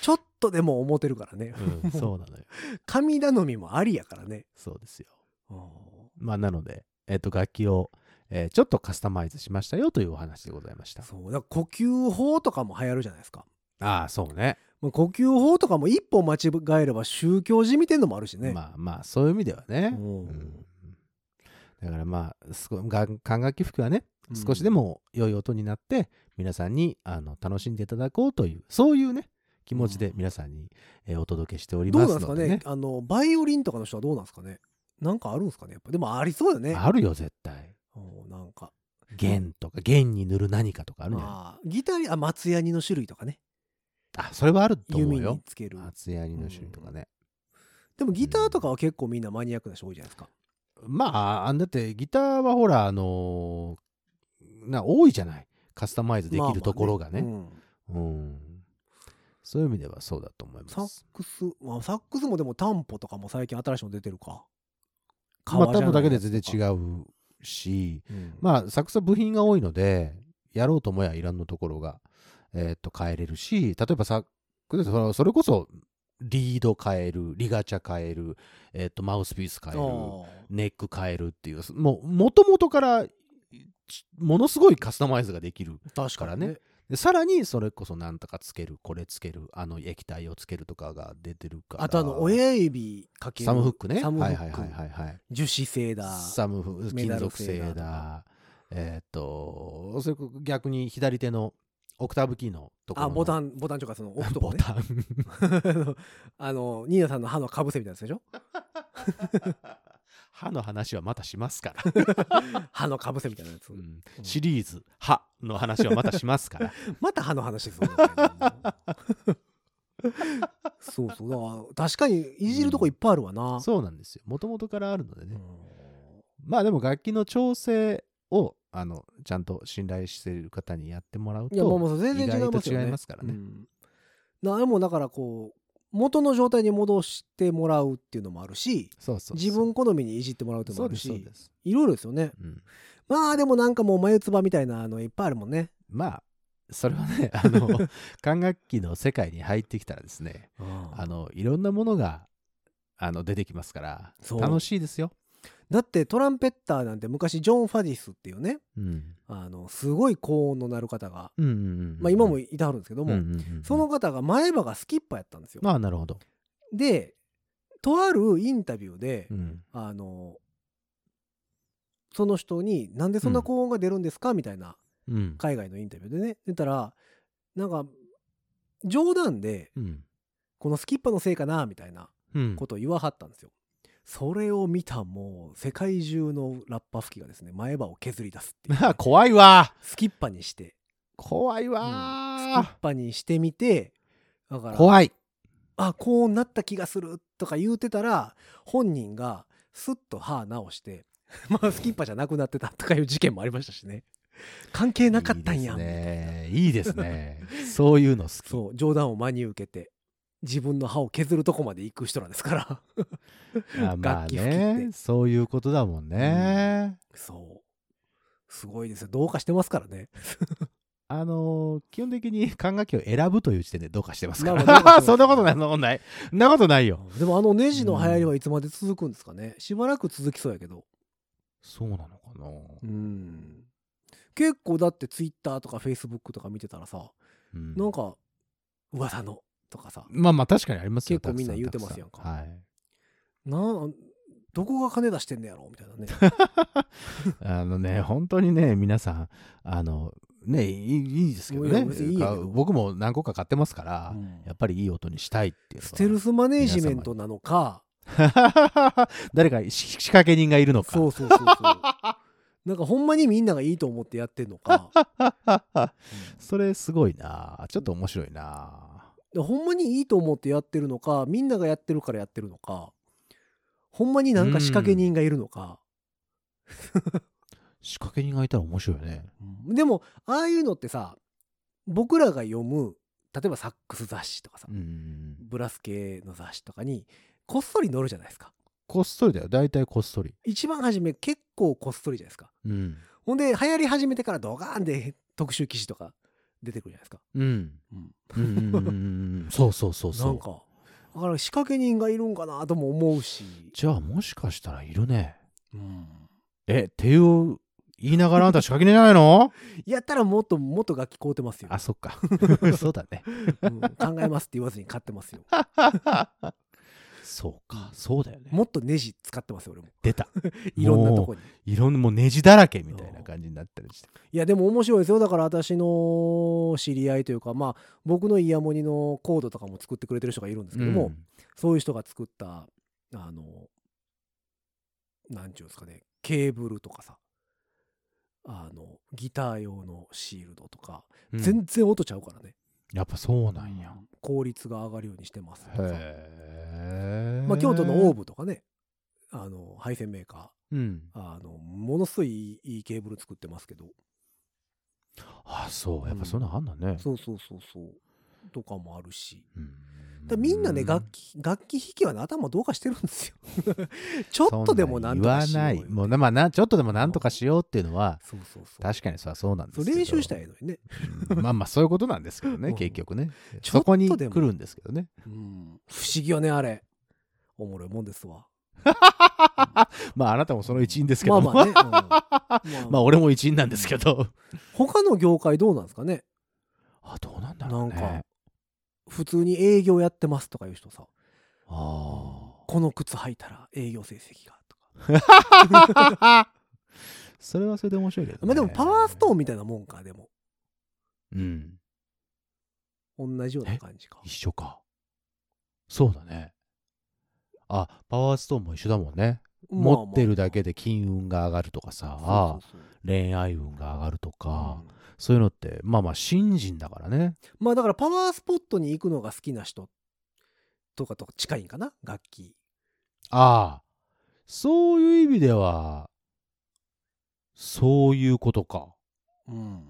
B: ちょっとでも思ってるからね
C: うん、そうなのよ。
B: 神頼みもありやからね。
C: そうですよ。
B: うん
C: まあ、なので、えっ、と、楽器を、えーちょっとカスタマイズしましたよというお話でございました。
B: そうだから呼吸法とかも流行るじゃないですか。
C: ああ、そうね。
B: まあ呼吸法とかも一歩間違えれば宗教じみてんのもあるしね。
C: まあまあ、そういう意味ではね。
B: うん
C: うんだからまあ、すごが管楽器服はね、
B: うん
C: 少しでも良い音になって、皆さんにあの楽しんでいただこうという、そういうね、気持ちで皆さんに、えーお届けしており
B: どう
C: ま
B: なん
C: す
B: ですか
C: の
B: ね
C: でね。
B: あのバイオリンとかの人はどうなんですかねなんかあるんですかねやっぱでもありそうよね。
C: あるよ、絶対。
B: うんなんか
C: 弦とか、弦に塗る何かとかあるんじゃない
B: あーギターにあ松ヤニの種類とかね
C: あ、それはあると思
B: 弓
C: う
B: に
C: よ。
B: つける
C: 厚やりの種類とかね。
B: でもギターとかは結構みんなマニアックな人多いじゃないですか。
C: まあ、あんだってギターはほら、あのーな、多いじゃない。カスタマイズで
B: まあまあね
C: きるところがね。
B: うん
C: うん。そういう意味ではそうだと思い
B: サ
C: ま
B: ッ
C: す。
B: クス、まあ、サックスもでもタンポとかも最近新しいの出てるか。
C: まあ、タブだけで全然
B: う。
C: 違うし、
B: うん
C: まあ、サックスは部品が多いので、やろうともやいらんのところが、えーっと、変えれるし、例えばサックス、そのそれこそ、リード変える、リガチャ変える、えーっと、マウスピース変える、
B: あー
C: ネック変えるっていう、もう、もともとから、ちものすごいカスタマイズができる。
B: 確
C: からね。でさらに、それこそなんとかつける、これつける、あの液体をつけるとかが出てるから。
B: あとあの、親指かける。
C: サムフックね。
B: サムフック。
C: はいはいはいはい、
B: 樹脂製だ。
C: はい。サムフック、
B: メダ
C: 金
B: ル
C: 属
B: 製だ
C: 製だ。えーっと、それこ逆に左手のオクターブキーのところ
B: あ、
C: の。
B: ボ
C: ン。
B: タン、ボタンとかその置くと
C: ボ
B: かね。
C: タン。
B: あの、ニーナさんの歯のかぶせみたいなやつでしょ
C: 歯の話はまたしますから、
B: 歯のかぶせみたいなやつ
C: う。んシリーズ「歯」の話はまたしますから
B: また歯の話するのか よそうそう。だから確かにいじるとこいっぱい あるわな。
C: そうなんですよもともとからあるのでね、
B: うん
C: まあでも楽器の調整をあのちゃんと信頼している方にやってもらうと
B: いやもうもう全然
C: 意
B: 違い
C: 外
B: ます
C: と
B: よね。
C: 違いますからね
B: うんなでもだからこう元の状態に戻してもらうっていうのもあるし
C: そうそうそう
B: 自分好みにいじってもらうっていうの
C: そ
B: も
C: う
B: ある
C: ですそう
B: し
C: です、
B: いろいろですよね。
C: うん、
B: まあでもなんかもう眉唾みたいなのいっぱいあるもんね。
C: まあそれはね あの管楽器の世界に入ってきたらですねあのいろんなものがあの出てきますから
B: そう
C: 楽しいですよ、
B: だってトランペッターなんて昔ジョン・ファディスっていうね
C: うん、
B: あのすごい高音の鳴る方が、
C: うんうんうん
B: まあ、今もいたはるんですけど
C: う
B: も、
C: んうんうん
B: その方が前歯がスキッパやったんですよ。
C: まあなるほど、
B: でとあるインタビューで、
C: うん、
B: あのその人に「なんでそんな高音が出るんですか?」みたいな
C: うん
B: 海外のインタビューでね出たらなんか冗談で
C: うん
B: このスキッパのせいかなみたいな
C: うん
B: ことを言わはったんですよ。それを見たもう世界中のラッパ吹きがですね前歯を削り出すっていう ね、
C: あ怖いわ
B: スキッパにして、
C: 怖い
B: うん
C: わ
B: スキ、ッパにしてみてだから
C: 怖い
B: あこうなった気がするとか言うてたら本人 がスッと歯直してまあスキッパじゃなくなってたとかいう事件もありましたしね関係なかったんや
C: いいですねいいですねそういうの好き
B: そう冗談を真に受けて自分の歯を削るとこまで行く人らですから
C: あまあ
B: 楽器好きって
C: ねそういうことだもんね、
B: そうすごいですよどうかしてますからね
C: あのー基本的に管楽器を選ぶという時点でどうかしてますか
B: なるほどなる
C: ら
B: ほど
C: そんなことないそんなことないそんなことないよ
B: でもあのネジの流行りはいつまで続くんですかね、しばらく続きそうやけど
C: そうなのかな
B: うん結構だってツイッターとかフェイスブックとか見てたらさ、
C: うん
B: なんか噂のとかさ
C: まあまあ確かにありますよ
B: 結構みんな
C: たくさ
B: 言うてますやんか
C: たくさはい
B: なんどこが金出してんねやろみたいなね
C: あのね、 本当にね、皆さん、あの、ね、いいいいですけど
B: いや
C: ね
B: 別にいいやけど
C: 僕も何個か買ってますから、
B: うん
C: やっぱりいい音にしたいっていうのが
B: ステルスマネージメントなのか
C: 誰かし仕掛け人がいるのか。
B: そうそうそうそうなんかほんまにみんながいいと思ってやってんの か
C: それすごいなちょっと面白いな
B: でほんまにいいと思ってやってるのかみんながやってるからやってるのかほんまになんか仕掛け人がいるのか、
C: 仕掛け人がいたら面白いよね。
B: でもああいうのってさ僕らが読む例えばサックス雑誌とかさ、
C: うん。
B: ブラス系の雑誌とかにこっそり載るじゃないですか
C: こっそりだよ。大体こっそり。
B: 一番初め結構こっそりじゃないですか
C: うん。
B: ほんで流行り始めてからドガーンで特集記事とか出てくるじゃないですか、
C: う
B: う
C: ん。
B: ん
C: うんうんうんうんうんそうそうそうそ
B: な
C: う。
B: んかだから仕掛け人がいるんかなとも思うし、
C: じゃあもしかしたらいるね。
B: うん
C: え、手を言いながらあんた仕掛け人じゃな いの
B: やったらもっともっと楽器買うてますよ
C: あ、、そっ か。そうだね。
B: うん考えますって言わずに買って ますよ
C: そうか、そうだよね。
B: もっとネジ使ってますよ俺も
C: 出た。
B: いろんなとこに
C: いろんな、もうネジだらけみたいな感じになったりして。
B: いやでも面白いですよだから私の知り合いというかまあ僕のイヤモニのコードとかも作ってくれてる人がいるんですけども、
C: うん
B: そういう人が作ったあの何ていうんですかねケーブルとかさあのギター用のシールドとか、
C: うん
B: 全然音ちゃうからね
C: やっぱそうなんや。
B: 効率が上がるようにしてますとかさ
C: へえ。
B: まあ、京都のオーブとかねあの配線メーカ
C: うん。
B: ーあのものすごいいいいいケーブル作ってますけど
C: あ、そう。やっぱそんなのあんだね。
B: そうそうそうそうとかもあるし
C: うん
B: だからみんなね楽器楽器弾きはね頭どうかしてるんですよ ちょっとでもなんとかし
C: そ
B: よ
C: ん
B: う
C: な
B: よ
C: ん言わない。もう、まあな、ちょっとでもなんとかしようっていうのは、
B: そうそうそう
C: 確かにそれはそうなんです
B: そう
C: けど
B: 練習したらええのにね、
C: うんまあまあ、そういうことなんですけど
B: う
C: ね、
B: ん
C: 結局ね。
B: ちょっ
C: そことに
B: でも
C: 来るんですけどね。
B: うん、不思議よねあれおもろいもんですわ
C: まあ、あなたもその一員ですけ
B: まあ
C: ど。
B: まあね、うんま
C: ま
B: あ
C: あ、俺も一員なんですけど。
B: 他の業界どうなんですかね
C: あ、どうなんだろ
B: な
C: うんね。
B: か普通に営業やってますとかいう人さ
C: あ
B: この靴履いたら営業成績がとか
C: あ。それはそれで面白いけど、ね。
B: まあでもパワーストーンみたいなもんかでも
C: うん。
B: 同じような感じか
C: 一緒か。そうだね。あ、パワーストーンも一緒だもんね。持ってるだけ
B: で
C: で金運が上がるとかさ、恋愛運が上がるとか、そういうのって、まあまあ、信心だからね。
B: まあだからパワースポットに行くのが好きな人とかと近いんかな楽器
C: ああ、そういう意味では、そういうことか。
B: うん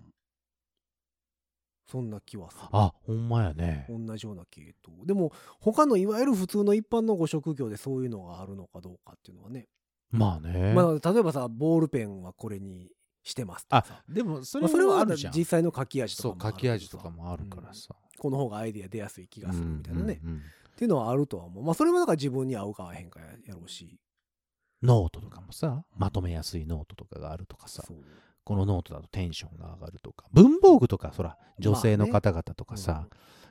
B: そんな気はする
C: あ、ほんまやね。
B: 同じような系統でも他のいわゆる普通の一般のご職業でそういうのがあるのかどうかっていうのはね、
C: まあね。
B: まあ、例えばさボールペンはこれにしてますとかさ
C: でも、そ
B: まあそれは
C: あるじゃん
B: 実際の書き味とかも
C: そう
B: あ
C: 書
B: る
C: き味とか
B: さ
C: もあるからさ、
B: この方がアイディア出やすい気がするみたいなね、
C: うんうんうん
B: っていうのはあるとは思うまあそれもだから自分に合うか合わへんかやろうし
C: ノートとかもさまとめやすいノートとかがあるとかさ
B: そう
C: このノートだとテンションが上がるとか文房具とかそら女性の方々とかさ、
B: まあね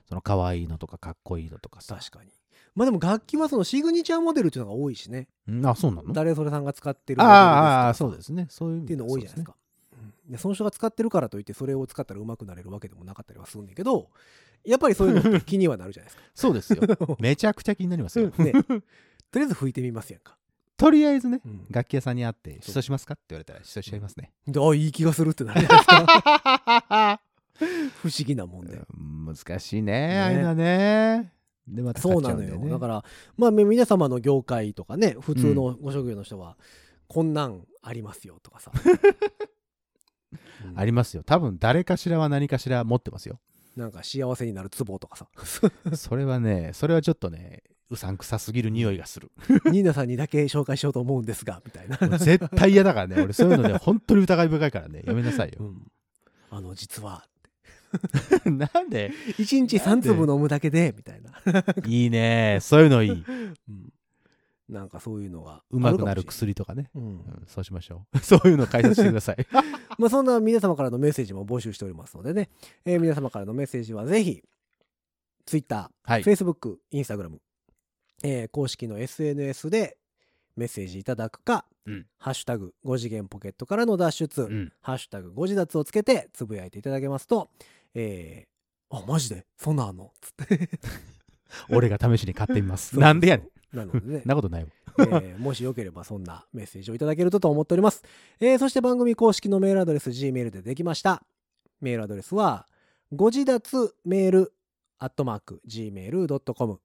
C: その可愛いのとかかっこいいのとかさ
B: 確かにまあでも楽器はそのシグニチャーモデルっていうのが多いしね
C: うんあそうなの
B: 誰それさんが使ってる
C: あ
B: モデルです
C: あああ
B: とか
C: そうですねそういう意
B: っ
C: 味
B: ていうの多いじゃないですか。うんでその人が使ってるからといってそれを使ったら上手くなれるわけでもなかったりはするんだけどやっぱりそういうのって気にはなるじゃない です
C: そうですねそうですよめちゃくちゃ気になりますよ、
B: か。ね、とりあえず吹いてみますやんか。
C: とりあえずね
B: うん
C: 楽器屋さんに会って「出走しますか?」って言われたら出走しちゃいます ね、
B: であいい気がするってなるじゃない ですか不思議なもんで。
C: うん難しいねああいうのはねでまた買
B: そう
C: っち
B: な
C: ゃう
B: の
C: んだ
B: よ
C: よ、ね、
B: だからまあみ皆様の業界とかね普 通のご職業の人は、こんなんありますよとかさうん
C: ありますよ。多分誰かしらは何かしら持ってますよ。
B: なんか幸せになるツボとかさ
C: それはね、それはちょっとね、うさんくさすぎる匂いがす る。
B: ニーナさんにだけ紹介しようと思 うんですがみたいな、
C: 俺絶対嫌だからね、俺そういうの ね、本当に疑い深いからね、やめなさいよ
B: う。ん、あの実は
C: なんで
B: 1日3粒飲むだけでみたいな、
C: いいね、そういうのいい。
B: うん、なんかそういうのが
C: うまくなる
B: あかもし
C: 薬とかね。
B: れない、うん
C: うん、そうしましょう。 そういうの解説してく ださい。
B: まあ、そんな皆様からのメッセージも募集しておりますのでね、えー皆様からのメッセージはぜひ Twitter、
C: はい。
B: Facebook、Instagram、えー公式の SNS でメッセージいただくか、
C: うん
B: ハッシュタグ5次元ポケットからの脱出、
C: うん、
B: ハッシュタグ5次脱をつけてつぶやいていただけますと、えーあ、マジでそんなんあんのつって。
C: 俺が試しに買ってみます。
B: そう
C: なんでやねん。
B: なのでね
C: そん、なことないわ。
B: えーもしよければそんなメッセージをいただけるとと思っております。えーそして番組公式のメールアドレス Gmail でできました。メールアドレスは、ご自立メールアットマーク Gmail.com。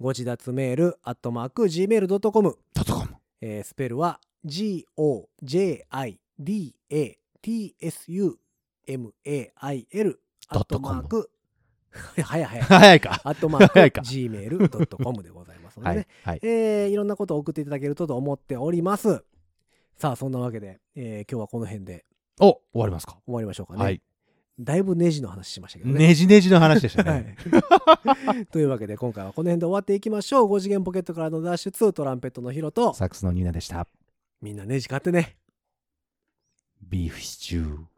B: ご自立メールアットマーク Gmail.com。
C: ドットコム。
B: えースペルは G-O-J-I-D-A-T-S-U-M-A-I-L アットマーク。早い早い。
C: 早いか。
B: アットマーク
C: 早いか
B: Gmail.com でございますので
C: は
B: ね
C: い。。はい。
B: えーいろんなことを送っていただけるとと思っております。さあ、そんなわけで、えー今日はこの辺で
C: お、終わりますか。
B: 終わりましょうかね。
C: はい。
B: だいぶネジの話しましたけどね。
C: ねじねじの話でした
B: は
C: ね。
B: い、 というわけで今回はこの辺で終わっていきましょう5次元ポケットからの脱出トランペットのヒロと
C: サックスのニーナでした。
B: みんなネジ買ってね
C: ビーフシチュー。